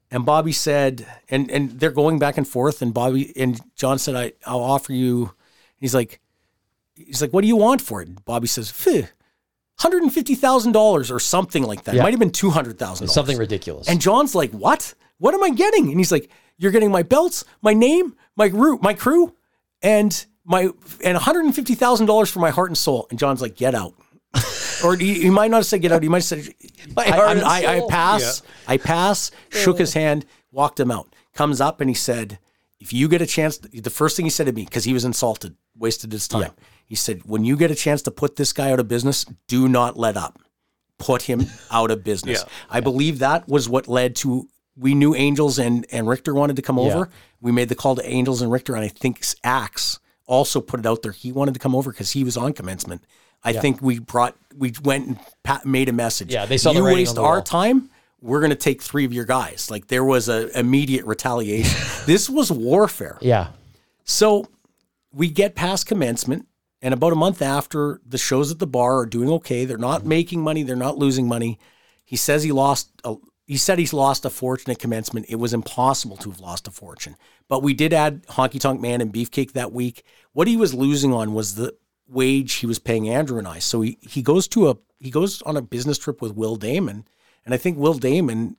C: And Bobby said, and and they're going back and forth. And Bobby and John said, I, I'll offer you. He's like, he's like, what do you want for it? Bobby says, "Phew, $150,000 or something like that. It
E: Yeah.
C: might have been $200,000.
E: Something ridiculous.
C: And John's like, "What? What am I getting?" And he's like, "You're getting my belts, my name, my root, my crew, and my and one hundred and fifty thousand dollars for my heart and soul." And John's like, "Get out." or he, he might not have said get out. He might have said,
E: My
C: I,
E: heart
C: I'm-
E: and
C: I, I
E: soul.
C: pass. I pass. Shook his hand, walked him out. Comes up and he said, if you get a chance, the first thing he said to me, because he was insulted, wasted his time. He said, when you get a chance to put this guy out of business, do not let up. Put him out of business. I believe that was what led to. We knew Angels and, and Richter wanted to come over. We made the call to Angels and Richter, and I think Axe also put it out there. He wanted to come over because he was on commencement. I think we brought, we went and pa- made a message.
E: Yeah, they saw the
C: you
E: writing on
C: waste
E: the
C: our
E: wall."
C: time. We're going to take three of your guys. Like there was a immediate retaliation. this was warfare.
E: yeah.
C: So we get past commencement, and about a month after, the shows at the bar are doing okay. They're not making money. They're not losing money. He says he lost. A, he said he's lost a fortune at commencement. It was impossible to have lost a fortune. But we did add Honky Tonk Man and Beefcake that week. What he was losing on was the wage he was paying Andrew and I. So he, he goes to a he goes on a business trip with Will Damon, and I think Will Damon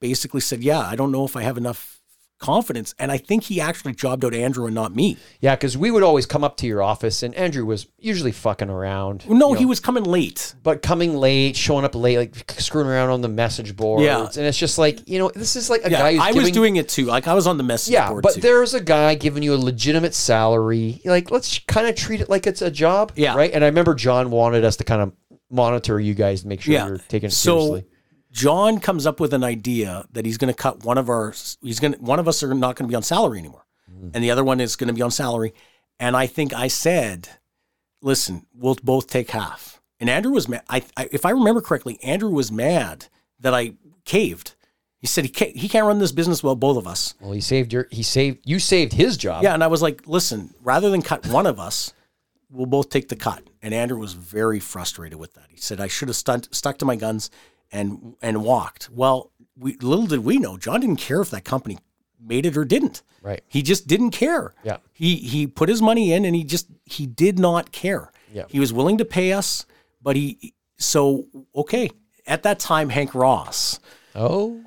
C: basically said, "Yeah, I don't know if I have enough confidence." And I think he actually jobbed out Andrew and not me.
E: Yeah, because we would always come up to your office, and Andrew was usually fucking around.
C: No, he was coming late.
E: but coming late, showing up late, like screwing around on the message boards,
C: Yeah.
E: and it's just like you know, this is like a
C: Yeah,
E: guy. Who's
C: I was
E: giving-
C: doing it too. Like I was on the message
E: Yeah,
C: board
E: but
C: too.
E: there's a guy giving you a legitimate salary. Like, let's kind of treat it like it's a job.
C: Yeah.
E: Right. And I remember John wanted us to kind of monitor you guys to make sure
C: yeah.
E: you're taking it
C: so
E: seriously.
C: John comes up with an idea that he's going to cut one of our. He's going to one of us are not going to be on salary anymore, and the other one is going to be on salary. And I think I said, "Listen, we'll both take half." And Andrew was mad. I, I if I remember correctly, Andrew was mad that I caved. He said he can't, he can't run this business without both of us.
E: Well, he saved your. He saved you. Saved his job.
C: Yeah, and I was like, listen, rather than cut one of us, we'll both take the cut. And Andrew was very frustrated with that. He said, I should have stunt, stuck to my guns and and walked. Well, we little did we know, John didn't care if that company made it or didn't.
E: Right.
C: He just didn't care.
E: Yeah.
C: He he put his money in and he just he did not care.
E: Yeah.
C: He was willing to pay us, but he so okay. At that time, Hank Ross
E: Oh.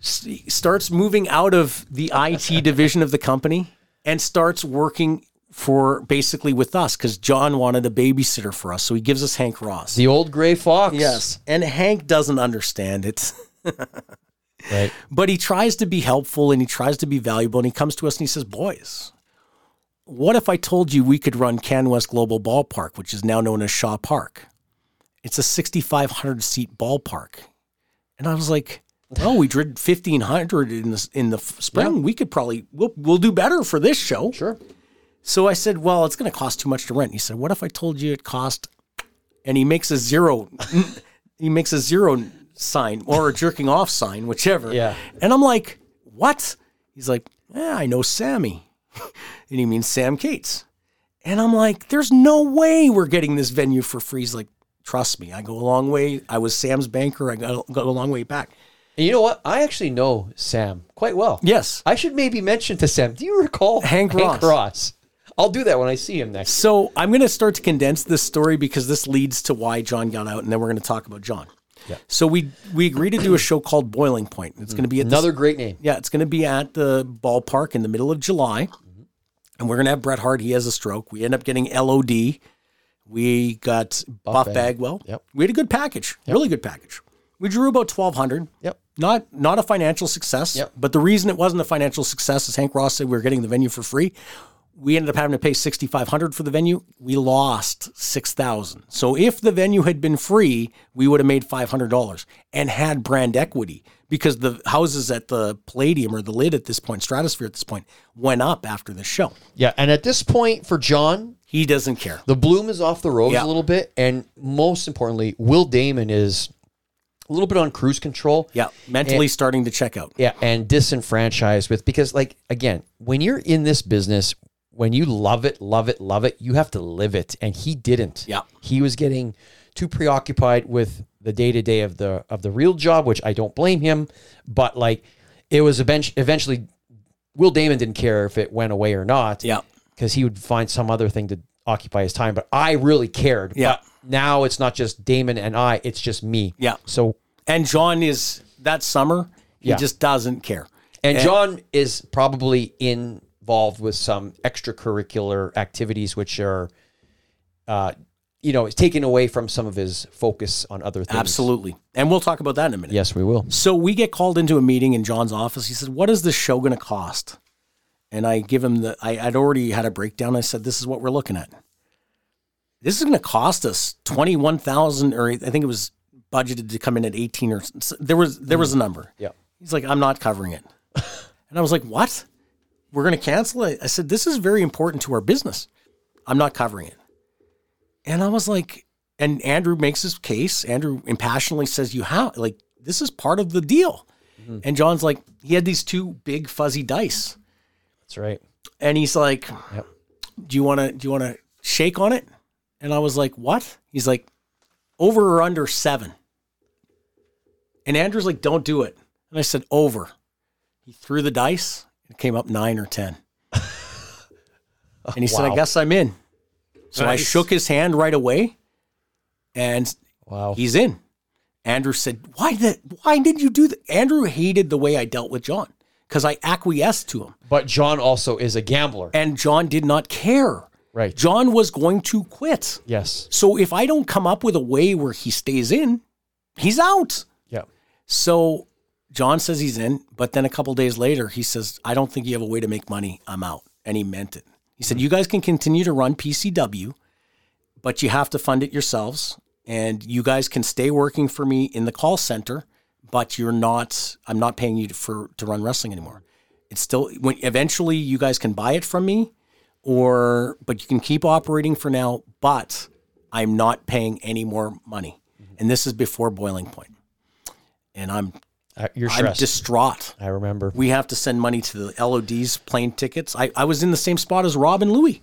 C: st- starts moving out of the IT division of the company and starts working for basically with us because John wanted a babysitter for us. So he gives us Hank Ross.
E: The old gray fox.
C: yes. And Hank doesn't understand it,
E: Right.
C: but he tries to be helpful and he tries to be valuable. And he comes to us and he says, Boys, what if I told you we could run CanWest Global Ballpark, which is now known as Shaw Park? It's a 6,500 seat ballpark. And I was like, well, we did 1,500 in the, in the f- spring. We could probably, we'll, we'll do better for this show.
E: Sure.
C: So I said, well, it's going to cost too much to rent. He said, what if I told you it cost, and he makes a zero, he makes a zero sign or a jerking off sign, whichever.
E: Yeah.
C: And I'm like, what? He's like, yeah, I know Sammy. and he means Sam Cates. And I'm like, there's no way we're getting this venue for free. He's like, trust me, I go a long way. I was Sam's banker. I go, go a long way back.
E: And you know what? I actually know Sam quite well.
C: Yes.
E: I should maybe mention to Sam. Do you recall
C: Hank Ross.
E: Ross? I'll do that when I see him next.
C: So I'm going to start to condense this story because this leads to why John got out, and then we're going to talk about John. So we we agreed to do a show called Boiling Point. It's going to be at this-
E: Another great name.
C: yeah, it's going to be at the ballpark in the middle of July, and we're going to have Bret Hart. He has a stroke. We end up getting LOD. We got Buff,
E: Bag-
C: Bagwell.
E: Yep.
C: We had a good package, really good package. We drew about twelve hundred.
E: Yep.
C: Not not a financial success.
E: Yep.
C: But the reason it wasn't a financial success is Hank Ross said we were getting the venue for free. We ended up having to pay 6500 for the venue. We lost 6000 So if the venue had been free, we would have made $500 and had brand equity because the houses at the Palladium or the lid at this point, Stratosphere at this point, went up after the show.
E: Yeah, and at this point for John,
C: He doesn't care.
E: the bloom is off the rose
C: Yeah.
E: a little bit, and most importantly, Will Damon is a little bit on cruise control.
C: Yeah, mentally starting to check out.
E: yeah, and disenfranchised with because, like, again, when you're in this business, when you love it, love it, love it, you have to live it, and he didn't.
C: Yeah.
E: he was getting too preoccupied with the day to day of the of the real job, which I don't blame him, but like, it was eventually eventually. Will Damon didn't care if it went away or not
C: Yeah.
E: because he would find some other thing to occupy his time. But I really cared.
C: Yeah.
E: But now it's not just Damon and I; it's just me.
C: Yeah.
E: So
C: And John is that summer, he
E: Yeah.
C: just doesn't care.
E: and, John is probably involved with some extracurricular activities, which are, uh, you know, it's taken away from some of his focus on other things.
C: Absolutely. And we'll talk about that in a minute.
E: Yes, we will.
C: So we get called into a meeting in John's office. He said, What is this show going to cost? And I give him the, I, I'd already had a breakdown. I said, This is what we're looking at. This is going to cost us 21,000, or I think it was budgeted to come in at 18 or s- there was, there was a number.
E: Yeah.
C: He's like, I'm not covering it. and I was like, What? We're going to cancel it. I said, This is very important to our business. I'm not covering it. And I was like, and Andrew makes his case. Andrew impassionately says, You have, like, this is part of the deal. And John's like, He had these two big fuzzy dice.
E: That's right.
C: And he's like,
E: Yep.
C: Do you want to, do you want to shake on it? And I was like, What? He's like, Over or under seven. And Andrew's like, Don't do it. And I said, Over. He threw the dice. It came up nine or 10. And he said, I
E: Wow.
C: guess I'm in. So I
F: Nice.
C: shook his hand right away and
E: Wow.
C: he's in. Andrew said, Why the why did you do that? Andrew hated the way I dealt with John because I acquiesced to him.
E: but John also is a gambler.
C: And John did not care.
E: right.
C: John was going to quit.
E: yes.
C: So if I don't come up with a way where he stays in, he's out.
E: Yeah.
C: So John says he's in, but then a couple days later, he says, I don't think you have a way to make money. I'm out. And he meant it. He said, You guys can continue to run PCW, but you have to fund it yourselves. And you guys can stay working for me in the call center, but you're not, I'm not paying you to, for, to run wrestling anymore. It's still, when eventually you guys can buy it from me or, but you can keep operating for now, but I'm not paying any more money. And this is before boiling point. And I'm
E: Uh, you're
C: I'm
E: stressed.
C: distraught.
E: I remember.
C: We have to send money to the LOD's plane tickets. I, I was in the same spot as Rob and Louie,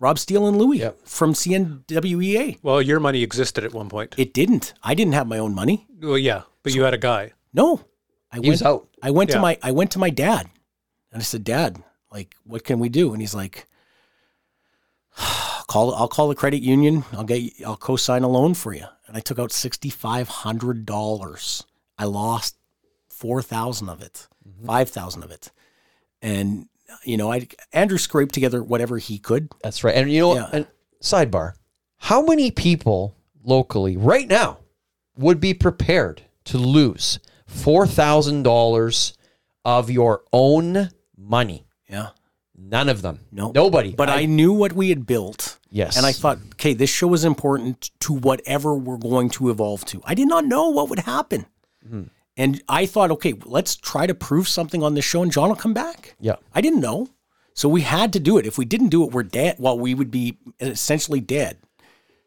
C: Rob Steele and Louie
E: Yep.
C: from CNWEA.
F: Well, your money existed at one point.
C: E It didn't. I didn't have my own money.
F: well, yeah, but you had a guy.
C: No, I went
E: was out.
C: I went to
F: Yeah.
C: my I went to my dad, and I said, Dad, like, what can we do? And he's like, Call. I'll call the credit union. I'll get. you- I'll co-sign a loan for you. And I took out sixty five hundred dollars. I lost four thousand of it,
E: Mm-hmm.
C: five thousand of it, and you know, I Andrew scraped together whatever he could.
E: That's right. And you know,
C: Yeah.
E: and sidebar, how many people locally right now would be prepared to lose $4,000 of your own money?
C: Yeah.
E: None of them.
C: No.
E: Nobody.
C: But I, knew what we had built.
E: Yes.
C: And I thought, okay, this show is important to whatever we're going to evolve to. I did not know what would happen. And I thought, okay, let's try to prove something on this show and John will come back.
E: Yeah.
C: I didn't know. So we had to do it. If we didn't do it, we're dead. Well, we would be essentially dead.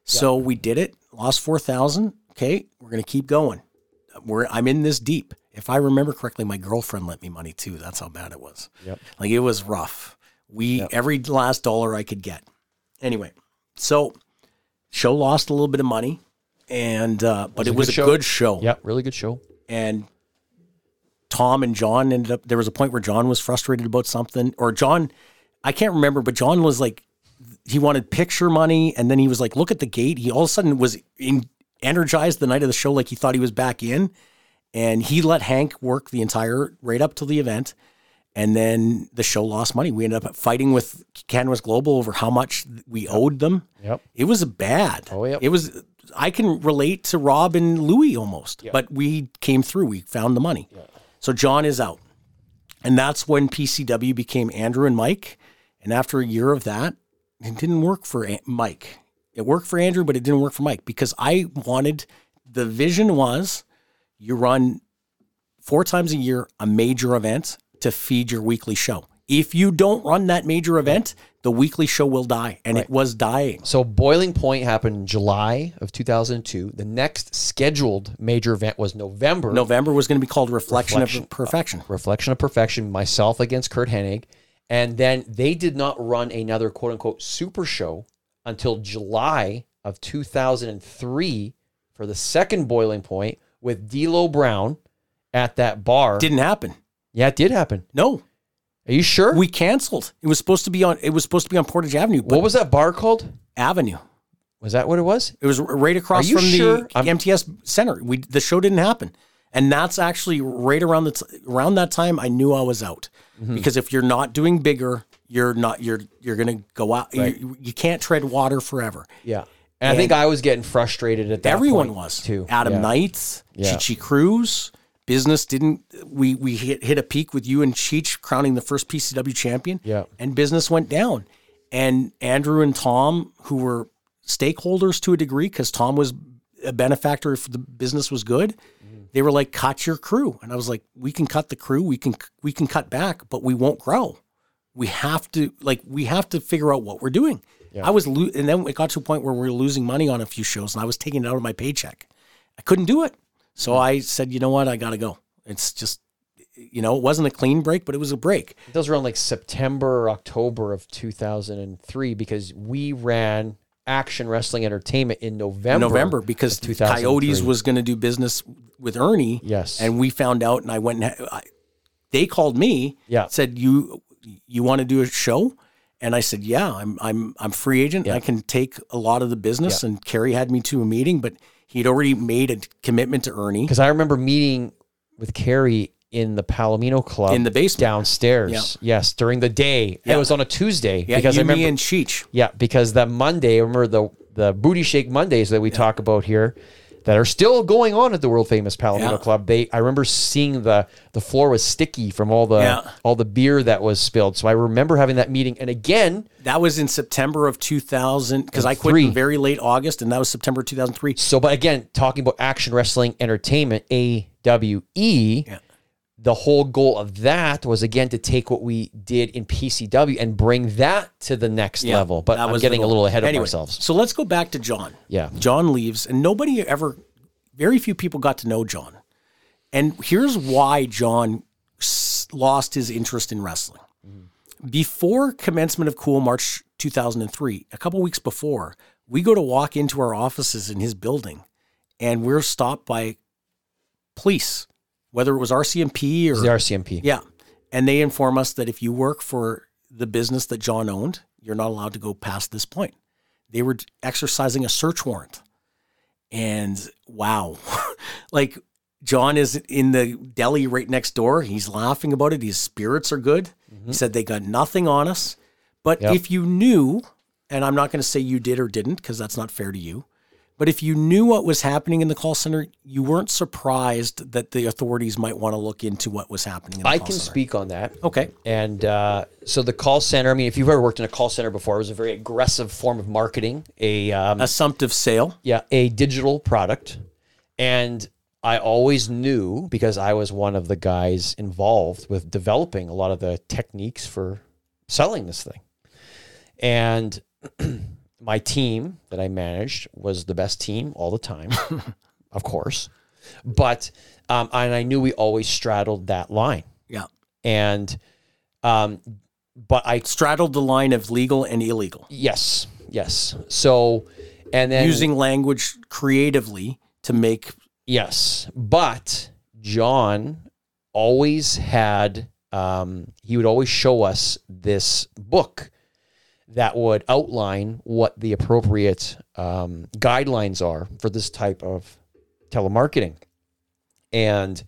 C: So we did it, lost 4,000. Okay, we're going to keep going. We're, I'm in this deep. If I remember correctly, my girlfriend lent me money too. That's how bad it was. Like it was rough. We, every last dollar I could get. Anyway, so show lost a little bit of money. And, uh, but it was a
E: show.
C: good show
E: Yeah, really good show.
C: and Tom and John ended up there was a point where John was frustrated about something or John I can't remember but John was like he wanted picture money and then he was like look at the gate he all of a sudden was in, energized the night of the show like he thought he was back in and he let Hank work the entire right up to the event and then the show lost money we ended up fighting with Canvas Global over how much we owed them
E: Yep.
C: it was bad.
E: Oh, yep.
C: It was. I can relate to Rob and Louis almost, but we came through. We found the money. So John is out, and that's when PCW became Andrew and Mike, And after a year of that, it didn't work for An- Mike. It worked for Andrew, but it didn't work for Mike because I wanted the vision was you run four times a year a major event to feed your weekly show. If you don't run that major event, the weekly show will die. And it was dying.
E: So Boiling Point happened in July of 2002. The next scheduled major event was November.
C: November was going to be called Reflection,
E: Reflection.
C: of Perfection.
E: Reflection of Perfection, myself against Kurt Hennig. And then they did not run another quote unquote super show until July of 2003 for the second Boiling Point with D'Lo Brown at that bar.
C: Didn't happen.
E: yeah, it did happen.
C: No,
E: Are you sure?
C: we canceled. It was supposed to be on. It was supposed to be on Portage Avenue, but
E: what was that bar called?
C: Avenue.
E: Was that what it was?
C: It was r- right across
E: Are you
C: from
E: sure?
C: the
E: I'm-
C: MTS Center. We the show didn't happen, and that's actually right around the t- around that time I knew I was out
E: Mm-hmm.
C: because if you're not doing bigger, you're not you're you're gonna go out. You, you can't tread water forever.
E: Yeah. And, I think I was getting frustrated at that.
C: Everyone
E: point,
C: was
E: too.
C: Adam
E: Yeah.
C: Knights,
E: Yeah.
C: Chichi Cruz. Business didn't. We we hit, hit a peak with you and Cheech crowning the first PCW champion.
E: Yeah.
C: and business went down. And Andrew and Tom, who were stakeholders to a degree, because Tom was a benefactor if the business was good, they were like, "Cut your crew," and I was like, "We can cut the crew. We can we can cut back, but we won't grow. We have to like we have to figure out what we're doing." I was lo- and then it got to a point where we were losing money on a few shows, and I was taking it out of my paycheck. I couldn't do it, so I said, "You know what? I got to go." It's just, you know, it wasn't a clean break, but it was a break.
E: those were around like September or October of 2003 because we ran Action Wrestling Entertainment in November.
C: November because
E: of 2003.
C: Coyotes was going to do business with Ernie.
E: Yes.
C: and we found out, and I went and I, they called me.
E: Yeah.
C: said you you want to do a show, and I said yeah, I'm I'm I'm free agent. I can take a lot of the business. And Kerry had me to a meeting, but he'd already made a commitment to Ernie.
E: because I remember meeting with Carrie in the Palomino Club
C: In the basement.
E: downstairs.
C: Yeah.
E: Yes, during the day. And
C: Yeah.
E: It was on a Tuesday
C: Yeah,
E: because
C: you,
E: I remember
C: me, and Cheech.
E: Yeah, because that Monday, remember the the booty shake Mondays that we talk about here, that are still going on at the world famous Palomino
C: Yeah.
E: Club. They, I remember seeing the the floor was sticky from all the
C: Yeah.
E: all the beer that was spilled. So I remember having that meeting. And again,
C: That was in September of 2000 because I quit
E: Three.
C: in very late August, and that was September 2003.
E: so but again, talking about action wrestling entertainment, AWE. The whole goal of that was again to take what we did in PCW and bring that to the next
C: Yeah,
E: level. But
C: that
E: I'm
C: was the
E: getting a
C: goal.
E: little ahead
C: Anyway,
E: of ourselves.
C: So let's go back to John.
E: Yeah.
C: John leaves, and nobody ever, very few people got to know John. And here's why John s- lost his interest in wrestling. Before commencement of Cool March 2003, a couple weeks before, we go to walk into our offices in his building, and we're stopped by police, whether it was RCMP or
E: The RCMP.
C: yeah. And they inform us that if you work for the business that John owned, you're not allowed to go past this point. They were exercising a search warrant. And wow. like John is in the deli right next door. He's laughing about it. His spirits are good. He said they got nothing on us. But
E: Mm-hmm. Yep.
C: if you knew, and I'm not going to say you did or didn't because that's not fair to you, but if you knew what was happening in the call center, you weren't surprised that the authorities might want to look into what was happening in the
E: I
C: call
E: can
C: center.
E: speak on that.
C: Okay.
E: And uh, so the call center, I mean, if you've ever worked in a call center before, it was a very aggressive form of marketing, a um,
C: Assumptive sale.
E: yeah, a digital product. And I always knew because I was one of the guys involved with developing a lot of the techniques for selling this thing. And my team that I managed was the best team all the time, of course. But um, and I knew we always straddled that line
C: Yeah.
E: and um but i
C: Straddled the line of legal and illegal,
E: yes yes so and then
C: using language creatively to make
E: yes but john always had um he would always show us this book that would outline what the appropriate um, guidelines are for this type of telemarketing and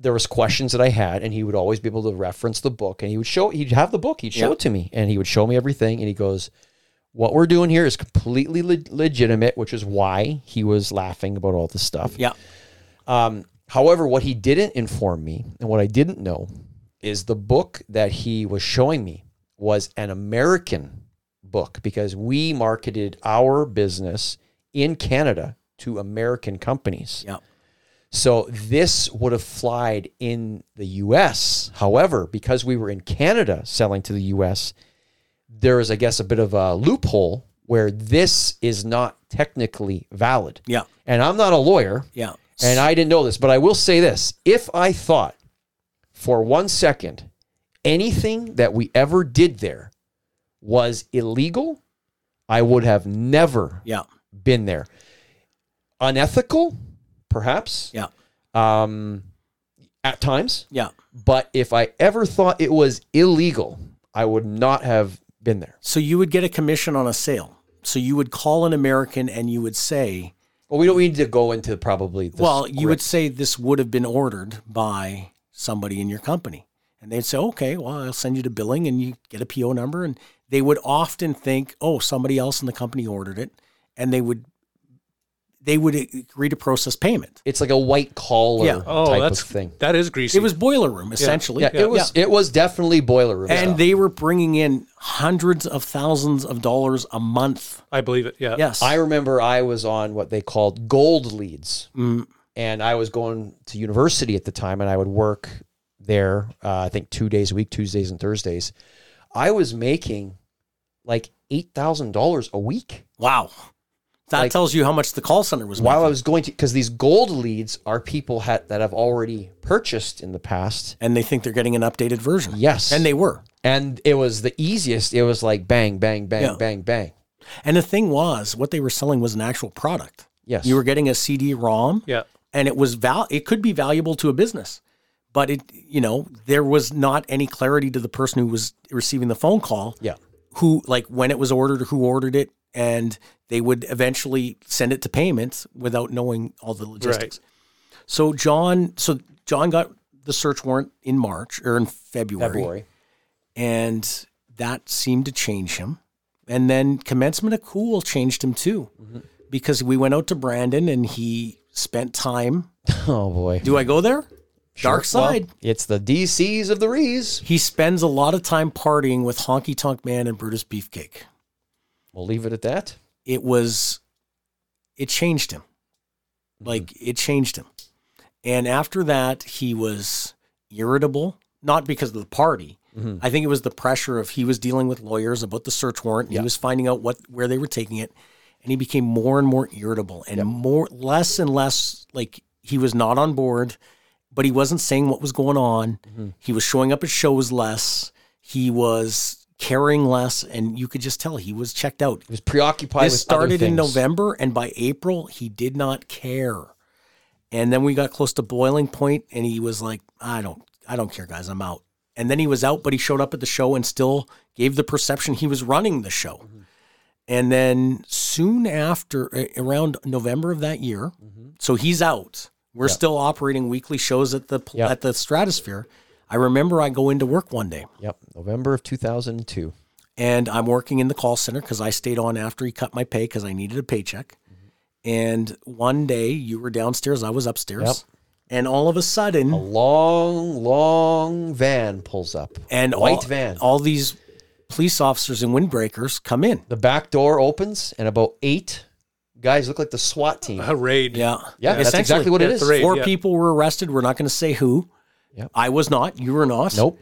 E: there was questions that I had, and he would always be able to reference the book, and he would show, he'd have the book, he'd show
C: Yeah.
E: it to me, and he would show me everything, and he goes, "What we're doing here is completely le- legitimate," which is why he was laughing about all this stuff.
C: Yeah.
E: Um, however, what he didn't inform me, and what I didn't know, is the book that he was showing me was an American book because we marketed our business in Canada to American companies.
C: Yep.
E: So this would have flied in the US. However, because we were in Canada selling to the US, there is, I guess, a bit of a loophole where this is not technically valid.
C: Yeah.
E: And I'm not a lawyer.
C: Yeah.
E: And I didn't know this, but I will say this. If I thought for one second anything that we ever did there was illegal, I would have never
C: Yeah.
E: been there. Unethical, perhaps,
C: Yeah.
E: um, at times.
C: Yeah.
E: But if I ever thought it was illegal, I would not have been there.
C: So you would get a commission on a sale. So you would call an American and you would say,
E: Well, we don't need to go into probably. The
C: well, you would say this would have been ordered by somebody in your company. And they'd say, okay, well, I'll send you to billing and you get a PO number. And they would often think, oh, somebody else in the company ordered it. And they would, they would agree to process payment.
E: It's like a white collar
C: Yeah.
F: Oh,
E: type
F: that's
E: of thing.
F: That is greasy.
C: It was boiler room, essentially.
E: Yeah, it was. It was definitely boiler room.
C: And
E: stuff.
C: they were bringing in hundreds of thousands of dollars a month.
F: I believe it. Yeah.
C: Yes.
E: I remember I was on what they called gold leads,
C: Mm.
E: and I was going to university at the time, and I would work there. Uh, I think two days a week, Tuesdays and Thursdays. I was making like eight thousand dollars a week
C: wow. That
E: Like-
C: tells you how much the call center was
E: while I
C: making.
E: was going to because these gold leads are people had, that have already purchased in the past.
C: and they think they're getting an updated version.
E: Yes,
C: And they were.
E: and it was the easiest. It was like bang, bang, bang,
C: Yeah.
E: bang, bang.
C: And the thing was, what they were selling was an actual product.
E: Yes,
C: You were getting a CD-ROM,
F: Yeah.
C: and it was val. It could be valuable to a business, but it, you know, there was not any clarity to the person who was receiving the phone call.
E: Yeah.
C: Who like when it was ordered, who ordered it, and they would eventually send it to payments without knowing all the logistics. So John, so John got the search warrant in March or in
E: February.
C: and that seemed to change him. And then commencement of cool changed him too,
E: Mm-hmm.
C: because we went out to Brandon and he spent time.
E: Oh boy,
C: Do I go there? Dark
E: Sure. Well,
C: side.
E: it's the DCs of the Rees.
C: he spends a lot of time partying with Honky Tonk Man and Brutus Beefcake.
E: We'll leave it at that.
C: It was, it changed him. Like it changed him. And after that, he was irritable, not because of the party. I think it was the pressure of he was dealing with lawyers about the search warrant. and He was finding out what where they were taking it, and he became more and more irritable and more less and less like he was not on board, but he wasn't saying what was going on. He was showing up at shows less. He was caring less, and you could just tell he was checked out.
E: He was preoccupied
C: This
E: with other
C: started in
E: things.
C: November, and by April, he did not care. And then we got close to boiling point, and he was like, "I don't, I don't care, guys, I'm out." And then he was out, but he showed up at the show and still gave the perception he was running the show.
E: Mm-hmm.
C: And then soon after, a- around November of that year,
E: Mm-hmm.
C: so he's out. We're still operating weekly shows at the pl-
E: Yeah.
C: at the Stratosphere. I remember I go into work one day
E: Yep, November of 2002.
C: and I'm working in the call center because I stayed on after he cut my pay because I needed a paycheck.
E: Mm-hmm.
C: And one day you were downstairs, I was upstairs,
E: Yep.
C: and all of a sudden,
E: A long, long van pulls up.
C: and
E: white
C: all,
E: van.
C: all these police officers and windbreakers come in.
E: the back door opens, and about eight guys look like the SWAT team.
F: A raid.
C: Yeah,
E: yeah, that's
C: Uh, Essentially,
E: exactly what it
F: that's
E: is.
F: right.
C: Four
F: yeah.
C: people were arrested. We're not going to say who.
E: Yep.
C: I was not. You were not.
E: Nope.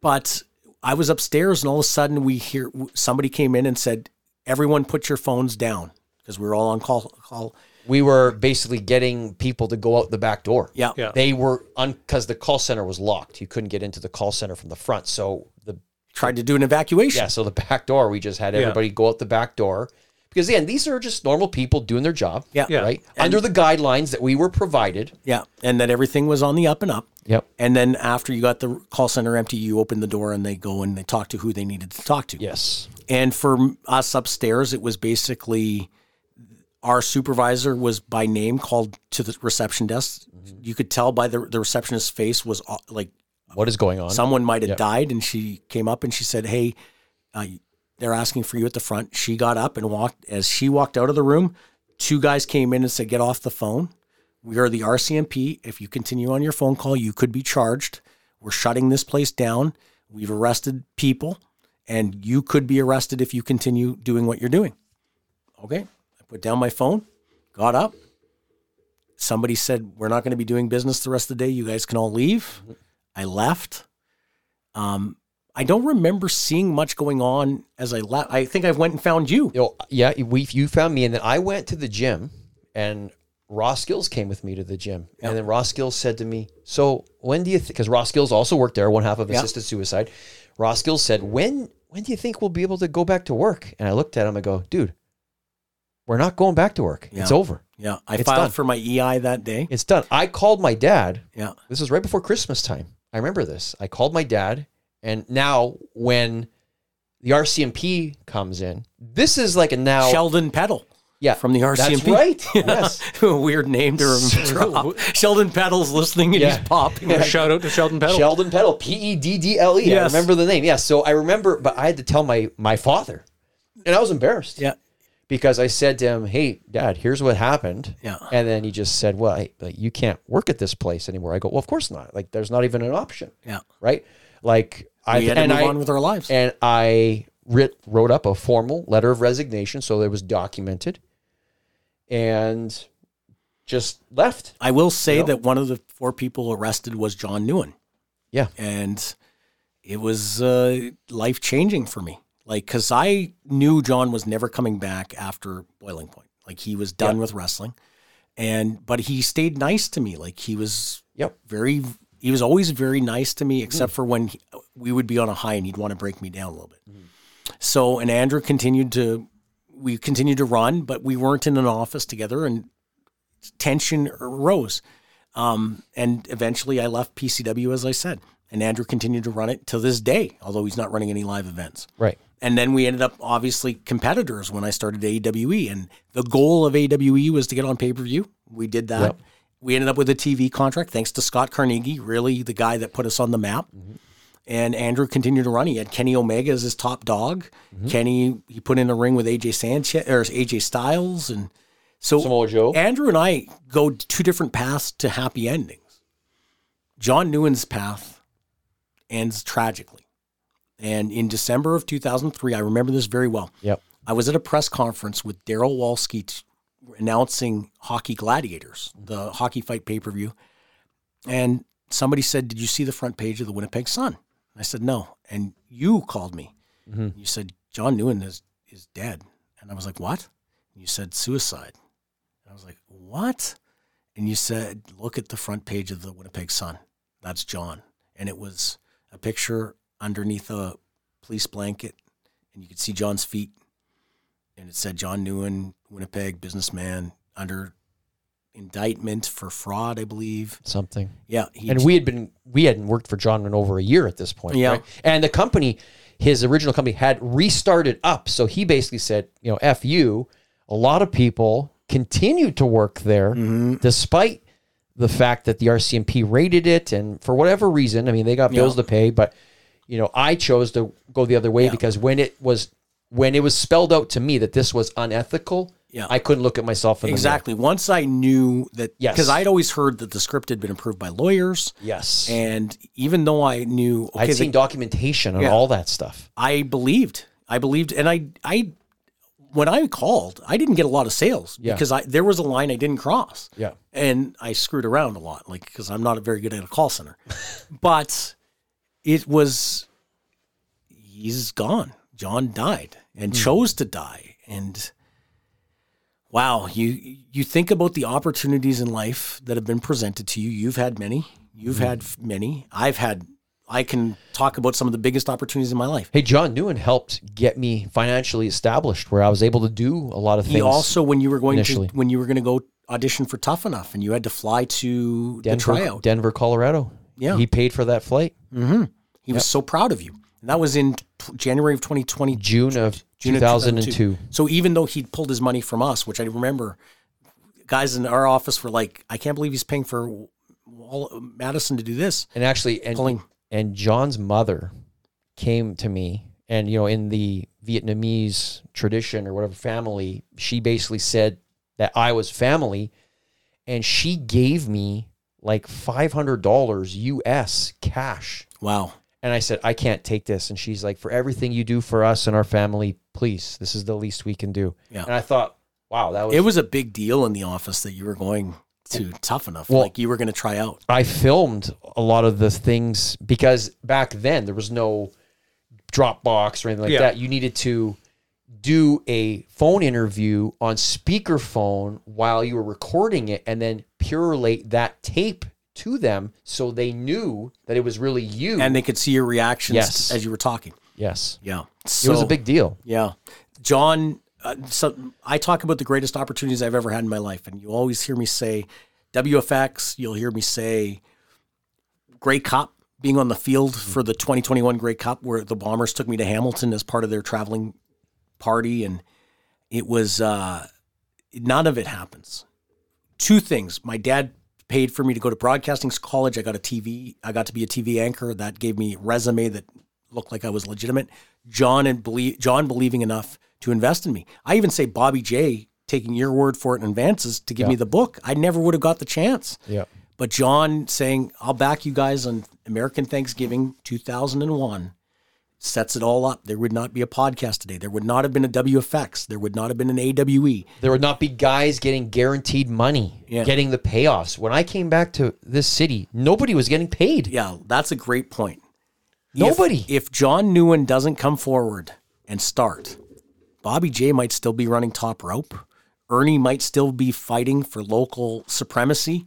C: But I was upstairs, and all of a sudden we hear w- somebody came in and said, "Everyone, put your phones down," because we were all on call. Call.
E: We were basically getting people to go out the back door.
C: Yeah.
F: Yeah.
E: They were un because the call center was locked. You couldn't get into the call center from the front. So the
C: Tried to do an evacuation.
E: yeah, so the back door, we just had
F: Yeah.
E: everybody go out the back door. Because again, these are just normal people doing their job.
C: Yeah. Yeah.
E: Right. Under the guidelines that we were provided.
C: Yeah, and that everything was on the up and up.
E: Yep.
C: And then after you got the call center empty, you open the door and they go and they talk to who they needed to talk to.
E: Yes.
C: And for m- us upstairs, it was basically our supervisor was by name called to the reception desk.
E: Mm-hmm.
C: You could tell by the the receptionist's face was uh, like
E: What is going on?
C: someone might have died, and she came up and she said, "Hey, uh, they're asking for you at the front." She got up and walked. As she walked out of the room, two guys came in and said, "Get off the phone. We are the RCMP. If you continue on your phone call, you could be charged. We're shutting this place down. We've arrested people, and you could be arrested if you continue doing what you're doing. Okay. I put down my phone, got up. Somebody said, We're not going to be doing business the rest of the day. You guys can all leave. I left. Um, I don't remember seeing much going on as I left. I think I went and found you.
E: You know, yeah, we you found me, and then I went to the gym, and Ross Gills came with me to the gym, and then Ross Gills said to me, "So when do you?" Because Ross Gills also worked there, one half of assisted suicide. Ross Gills said, "When when do you think we'll be able to go back to work?" And I looked at him, I go, "Dude, we're not going back to work. It's
C: Yeah.
E: over.
C: Yeah. I
E: It's
C: filed
E: done.
C: for my EI that day.
E: It's done." I called my dad.
C: Yeah.
E: This was right before Christmas time. I remember this. I called my dad, and now when the RCMP comes in, this is like a now
C: Sheldon Peddle.
E: yeah
C: from the
E: That's
C: RCMP.
E: right. yes.
C: Weird name to remember. Sheldon Peddle's listening and
E: Yeah.
C: he's popping.
F: Shout out to Sheldon Peddle.
E: Sheldon Peddle, P E D D L E. I
C: Yes.
E: remember the name. Yeah. So I remember, but I had to tell my my father, and I was embarrassed.
C: Yeah.
E: Because I said to him, "Hey, Dad, here's what happened."
C: Yeah.
E: And then he just said, "Well, hey, like, you can't work at this place anymore." I go, "Well, of course not. Like, there's not even an option."
C: Yeah.
E: Right. Like, I
C: We had to
E: and
C: move
E: I
C: on with our lives.
E: and I writ, wrote up a formal letter of resignation, so it was documented, and just left.
C: I will say that one of the four people arrested was John Newen.
E: Yeah.
C: And it was uh, life changing for me. Like, because I knew John was never coming back after Boiling Point. Like, he was done with wrestling. And, but he stayed nice to me. Like, he was
E: Yep. Hmm.
C: very, he was always very nice to me, except for when he- we would be on a high and he'd want to break me down a little bit.
E: Hmm.
C: So, and Andrew continued to, we continued to run, but we weren't in an office together and tension arose. Um, and eventually I left PCW, as I said, and Andrew continued to run it to this day, although he's not running any live events.
E: Right.
C: And then we ended up obviously competitors when I started AWE. E. And the goal of AWE E was to get on pay per view. We did that.
E: Yep.
C: We ended up with a TV contract thanks to Scott Carnegie, really the guy that put us on the map.
E: Mm-hmm.
C: And Andrew continued to run. He had Kenny Omega as his top dog.
E: Mm-hmm.
C: Kenny, he put in a ring with AJ Sanchez or AJ Styles. And so
E: Samoa Joe.
C: Andrew and I go two different paths to happy endings. John Newen's path ends tragically. And in December of 2003, I remember this very well.
E: Yep.
C: I was at a press conference with Daryl Walsky t- announcing Hockey Gladiators, the hockey fight pay per view. And somebody said, Did you see the front page of the Winnipeg Sun? And I said, No. And you called me. You said, John Newen is, is dead. And I was like, What? And you said, Suicide. And I was like, What? And you said, Look at the front page of the Winnipeg Sun. That's John. And it was a picture underneath a police blanket, and you could see John's feet and it said John Newen, Winnipeg businessman under indictment for fraud, I believe.
E: Something.
C: Yeah, he,
E: and we had been we hadn't worked for John in over a year at this point.
C: Yeah.
E: right? And the company, his original company, had restarted up. So he basically said, you know, F you. A lot of people continued to work there
C: Mm-hmm.
E: despite the fact that the RCMP rated it and for whatever reason, I mean they got bills to pay, but you know, I chose to go the other way because when it was when it was spelled out to me that this was unethical,
C: Yeah.
E: I couldn't look at myself in the mirror.
C: exactly. Once I knew that,
E: Yes.
C: because I'd always heard that the script had been approved by lawyers,
E: Yes.
C: and even though I knew, okay,
E: I'd
C: the-
E: seen documentation on all that stuff.
C: I believed, I believed, and I, I, when I called, I didn't get a lot of sales
E: Yeah.
C: because I there was a line I didn't cross.
E: Yeah.
C: and I screwed around a lot, like because I'm not very good at a call center. but it was he's gone. John died
E: Hmm.
C: and chose to die. And wow, you you think about the opportunities in life that have been presented to you. You've had many. You've
E: Hmm.
C: had f- many. I've had. I can talk about some of the biggest opportunities in my life.
E: Hey, John Newen helped get me financially established where I was able to do a lot of things.
C: He also, when you were going
E: initially.
C: to when you were going to go audition for Tough Enough, and you had to fly to the
E: Denver,
C: tryout,
E: Denver, Colorado.
C: Yeah.
E: He paid for that flight.
C: he was so proud of you. And that was in t- January of 2020,
E: June of
C: June of
E: 2002.
C: So even though he'd pulled his money from us, which I remember, guys in our office were like, "I can't believe he's paying for Wall- Madison to do this."
E: And actually, and,
C: Pulling.
E: and John's mother came to me and, you know, in the Vietnamese tradition or whatever family, she basically said that I was family and she gave me like $500 US cash
C: Wow.
E: And I said, I can't take this. And she's like, for everything you do for us and our family, please, this is the least we can do.
C: Yeah.
E: And I thought, wow, that was.
C: It was a big deal in the office that you were going to tough enough.
E: Well-
C: like you were going to try out.
E: I filmed a lot of the things because back then there was no Dropbox or anything like
F: Yeah.
E: that. You needed to do a phone interview on speakerphone while you were recording it and then purelate that tape to them so they knew that it was really you.
C: And they could see your reactions
E: Yes.
C: as you were talking.
E: yes.
C: Yeah.
E: It was a big deal.
C: Yeah. John, uh, so I talk about the greatest opportunities I've ever had in my life. And you always hear me say WFX, you'll hear me say Great Cup, being on the field for the 2021 Great Cup, where the Bombers took me to Hamilton as part of their traveling party. And it was, uh, none of it happens. Two things. My dad paid for me to go to broadcasting college. I got a TV. I got to be a TV anchor. That gave me a resume that looked like I was legitimate. John and belie- John believing enough to invest in me. I even say Bobby J taking your word for it in advances to give me the book. I never would have got the chance.
E: Yeah.
C: But John saying, I'll back you guys on American Thanksgiving 2001 sets it all up. There would not be a podcast today. There would not have been a WFX. There would not have been an E. AWE.
E: There would not be guys getting guaranteed money,
C: Yeah.
E: getting the payoffs. When I came back to this city, nobody was getting paid.
C: Yeah, that's a great point. If-
E: Nobody.
C: If, John Newen doesn't come forward and start, Bobby J might still be running top rope. Ernie might still be fighting for local supremacy.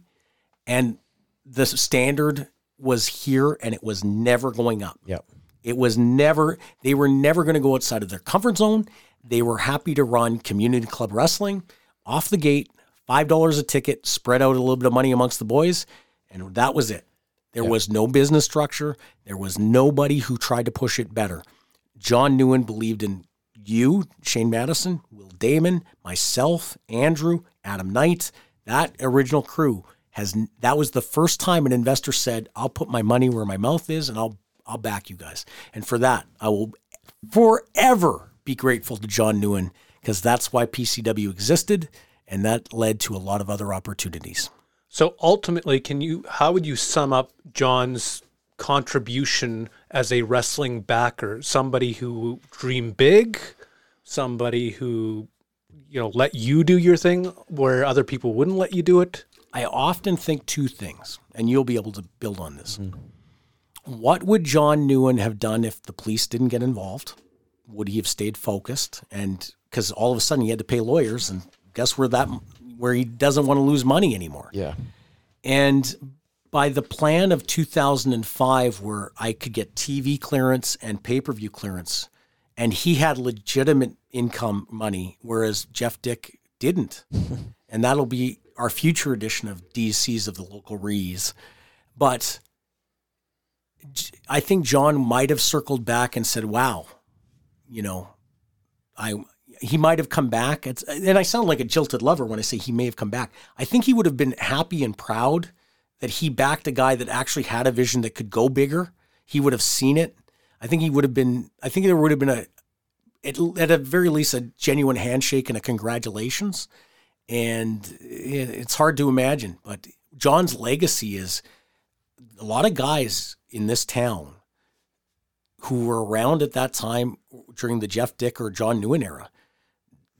C: And the standard was here and it was never going up.
E: Yep.
C: It was never, they were never going to go outside of their comfort zone. They were happy to run community club wrestling off the gate, $5 a ticket, spread out a little bit of money amongst the boys. And that was it. There was no business structure. There was nobody who tried to push it better. John Newen believed in you, Shane Madison, Will Damon, myself, Andrew, Adam Knight. That original crew has that was the first time an investor said, "I'll put my money where my mouth is, and I'll I'll back you guys." And for that, I will forever be grateful to John Newen because that's why PCW existed, and that led to a lot of other opportunities.
F: So ultimately, can you? How would you sum up John's contribution as a wrestling backer? Somebody who dreamed big, somebody who you know let you do your thing where other people wouldn't let you do it.
C: I often think two things, and you'll be able to build on this. What would John Newen have done if the police didn't get involved? Would he have stayed focused? And because all of a sudden he had to pay lawyers, and guess where that where he doesn't want to lose money anymore.
E: Yeah.
C: And by the plan of 2005, where I could get TV clearance and pay per view clearance, and he had legitimate income money, whereas Jeff Dick didn't. and that'll be our future edition of DCs of the local Rees. But J- I think John might have circled back and said, wow, you know, I he might have come back. It's, and I sound like a jilted lover when I say he may have come back. I think he would have been happy and proud that he backed a guy that actually had a vision that could go bigger. He would have seen it. I think he would have been. I think there would have been a, at, at a very least, a genuine handshake and a congratulations. And it, it's hard to imagine, but John's legacy is a lot of guys in this town who were around at that time during the Jeff Dick or John Newen era,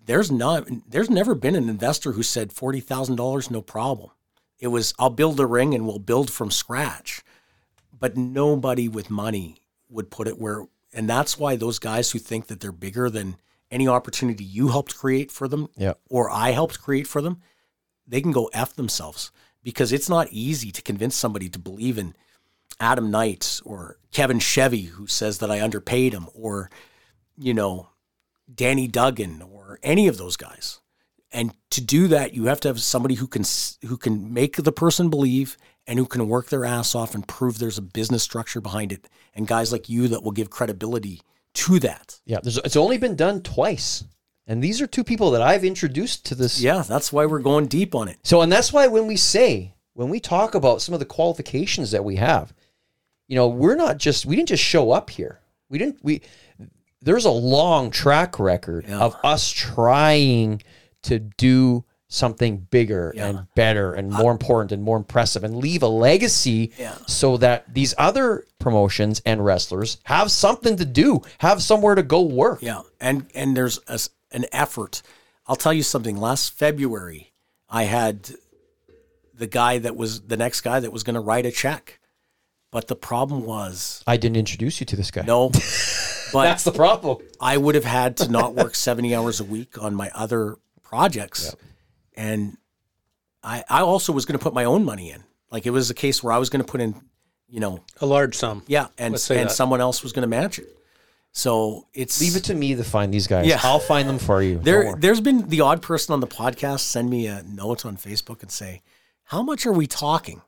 C: there's not there's never been an investor who said forty thousand dollars no problem. It was I'll build a ring and we'll build from scratch. But nobody with money would put it where and that's why those guys who think that they're bigger than any opportunity you helped create for them
E: Yeah.
C: or I helped create for them, they can go F themselves because it's not easy to convince somebody to believe in Adam Knight or Kevin Chevy, who says that I underpaid him, or, you know, Danny Duggan or any of those guys. And to do that, you have to have somebody who can s- who can make the person believe and who can work their ass off and prove there's a business structure behind it, and guys like you that will give credibility to that.
E: Yeah, there's, it's only been done twice, and these are two people that I've introduced to this.
C: Yeah, that's why we're going deep on it.
E: So, and that's why when we say when we talk about some of the qualifications that we have, you know, we're not just we didn't just show up here. We didn't we. There's a long track record of us trying to do something bigger and better and more important and more impressive and leave a legacy so that these other promotions and wrestlers have something to do, have somewhere to go work.
C: Yeah, and and there's a s an effort. I'll tell you something. Last February, I had the guy that was the next guy that was going to write a check, but the problem was
E: I didn't introduce you to this guy.
C: no. But
E: That's the problem.
C: I would have had to not work 70 hours a week on my other projects. And I, I also was going to put my own money in. Like it was a case where I was going to put in, you know,
F: A large sum.
C: yeah, and,
F: Let's say
C: and
F: that.
C: someone else was going to match it. So it's
E: Leave it to me to find these guys.
C: Yeah.
E: I'll find them for you. Don't
C: there.
E: worry.
C: There's been the odd person on the podcast send me a note on Facebook and say, "How much are we talking?"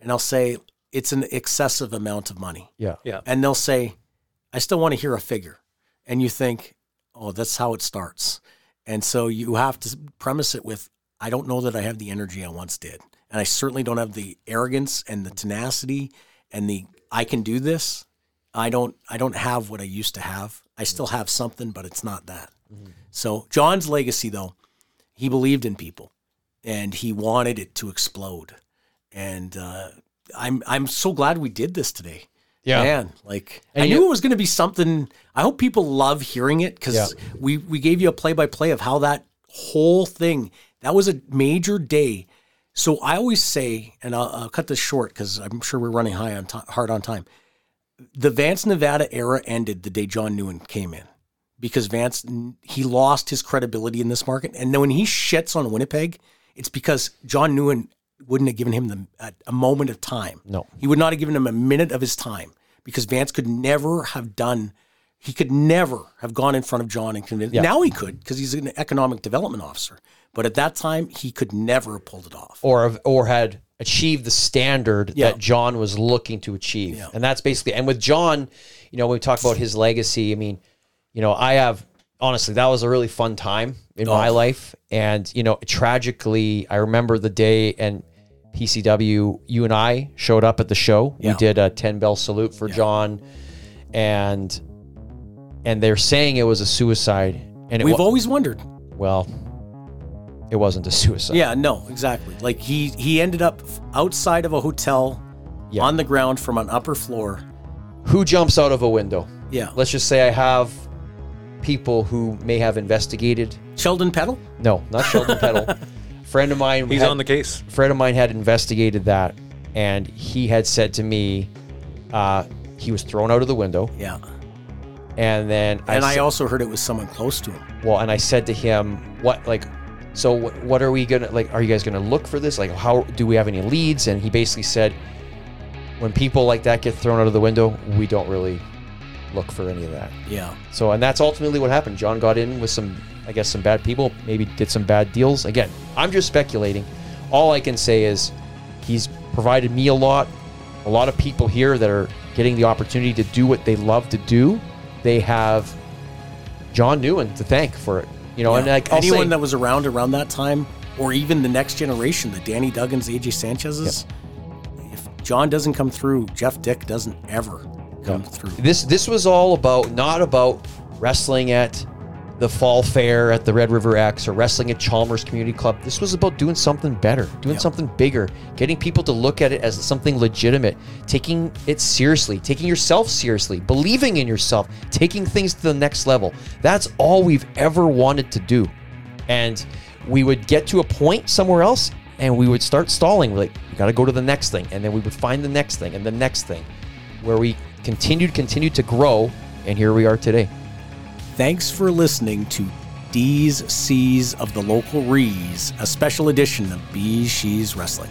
C: And I'll say, "It's an excessive amount of money."
E: yeah.
F: Yeah.
C: and they'll say, I still want to hear a figure. And you think, oh, that's how it starts. And so you have to premise it with, I don't know that I have the energy I once did. And I certainly don't have the arrogance and the tenacity and the I can do this. I don't I don't have what I used to have. I still have something, but it's not that. So John's legacy though, he believed in people and he wanted it to explode. And uh, I'm I'm so glad we did this today.
E: Yeah.
C: Man, like
E: And
C: I
E: you-
C: knew it was going to be something. I hope people love hearing it because
E: Yeah.
C: we we gave you a play by play of how that whole thing. That was a major day. So I always say, and I'll, I'll cut this short because I'm sure we're running high on ti hard on time. The Vance Nevada era ended the day John Newen came in because Vance he lost his credibility in this market. And then when he shits on Winnipeg, it's because John Newen wouldn't have given him the, a, a moment of time.
E: No.
C: he would not have given him a minute of his time because Vance could never have done. He could never have gone in front of John and convinced. Now he could because he's an economic development officer. But at that time, he could never have pulled it off.
E: or have- or had achieved the standard
C: Yeah.
E: that John was looking to achieve. And that's basically and with John, you know, when we talk about his legacy, I mean, you know, I have honestly that was a really fun time in
C: Oh.
E: my life and you know, tragically I remember the day and PCW you and I showed up at the show.
C: Yeah.
E: We did a 10 bell salute for John and and they're saying it was a suicide and it
C: We've
E: wa-
C: always wondered.
E: well it wasn't a suicide.
C: Yeah, no, exactly. Like he he ended up outside of a hotel
E: Yeah.
C: on the ground from an upper floor.
E: Who jumps out of a window?
C: Yeah.
E: let's just say I have people who may have investigated.
C: Sheldon Peddle?
E: No, not Sheldon Peddle. Friend of mine.
F: He's
E: had-
F: on the case.
E: Friend of mine had investigated that, and he had said to me, uh, he was thrown out of the window,
C: Yeah.
E: and then
C: And I
E: said-
C: also heard it was someone close to him.
E: well, and I said to him, what like. So what, what are we gonna like? Are you guys gonna look for this? Like, how do we have any leads? And he basically said, when people like that get thrown out of the window, we don't really look for any of that.
C: Yeah.
E: So, and that's ultimately what happened. John got in with some, I guess, some bad people, maybe did some bad deals. Again, I'm just speculating. All I can say is he's provided me a lot, a lot of people here that are getting the opportunity to do what they love to do. They have John Newen to thank for it. You know, and
C: Yeah.
E: like I'll
C: Anyone
E: say-
C: that was around around that time, or even the next generation, the Danny Duggins, AJ Sanchez's, if John doesn't come through, Jeff Dick doesn't ever come through.
E: this this was all about not about wrestling at the fall fair at the Red River X or wrestling at Chalmers Community Club. This was about doing something better, doing something bigger, getting people to look at it as something legitimate, taking it seriously, taking yourself seriously, believing in yourself, taking things to the next level. That's all we've ever wanted to do. And we would get to a point somewhere else and we would start stalling. We're like, we got to go to the next thing. And then we would find the next thing and the next thing where we continued, continued to grow. And here we are today.
C: Thanks for listening to D's C's of the Local Rees, a special edition of Bees She's Wrestling.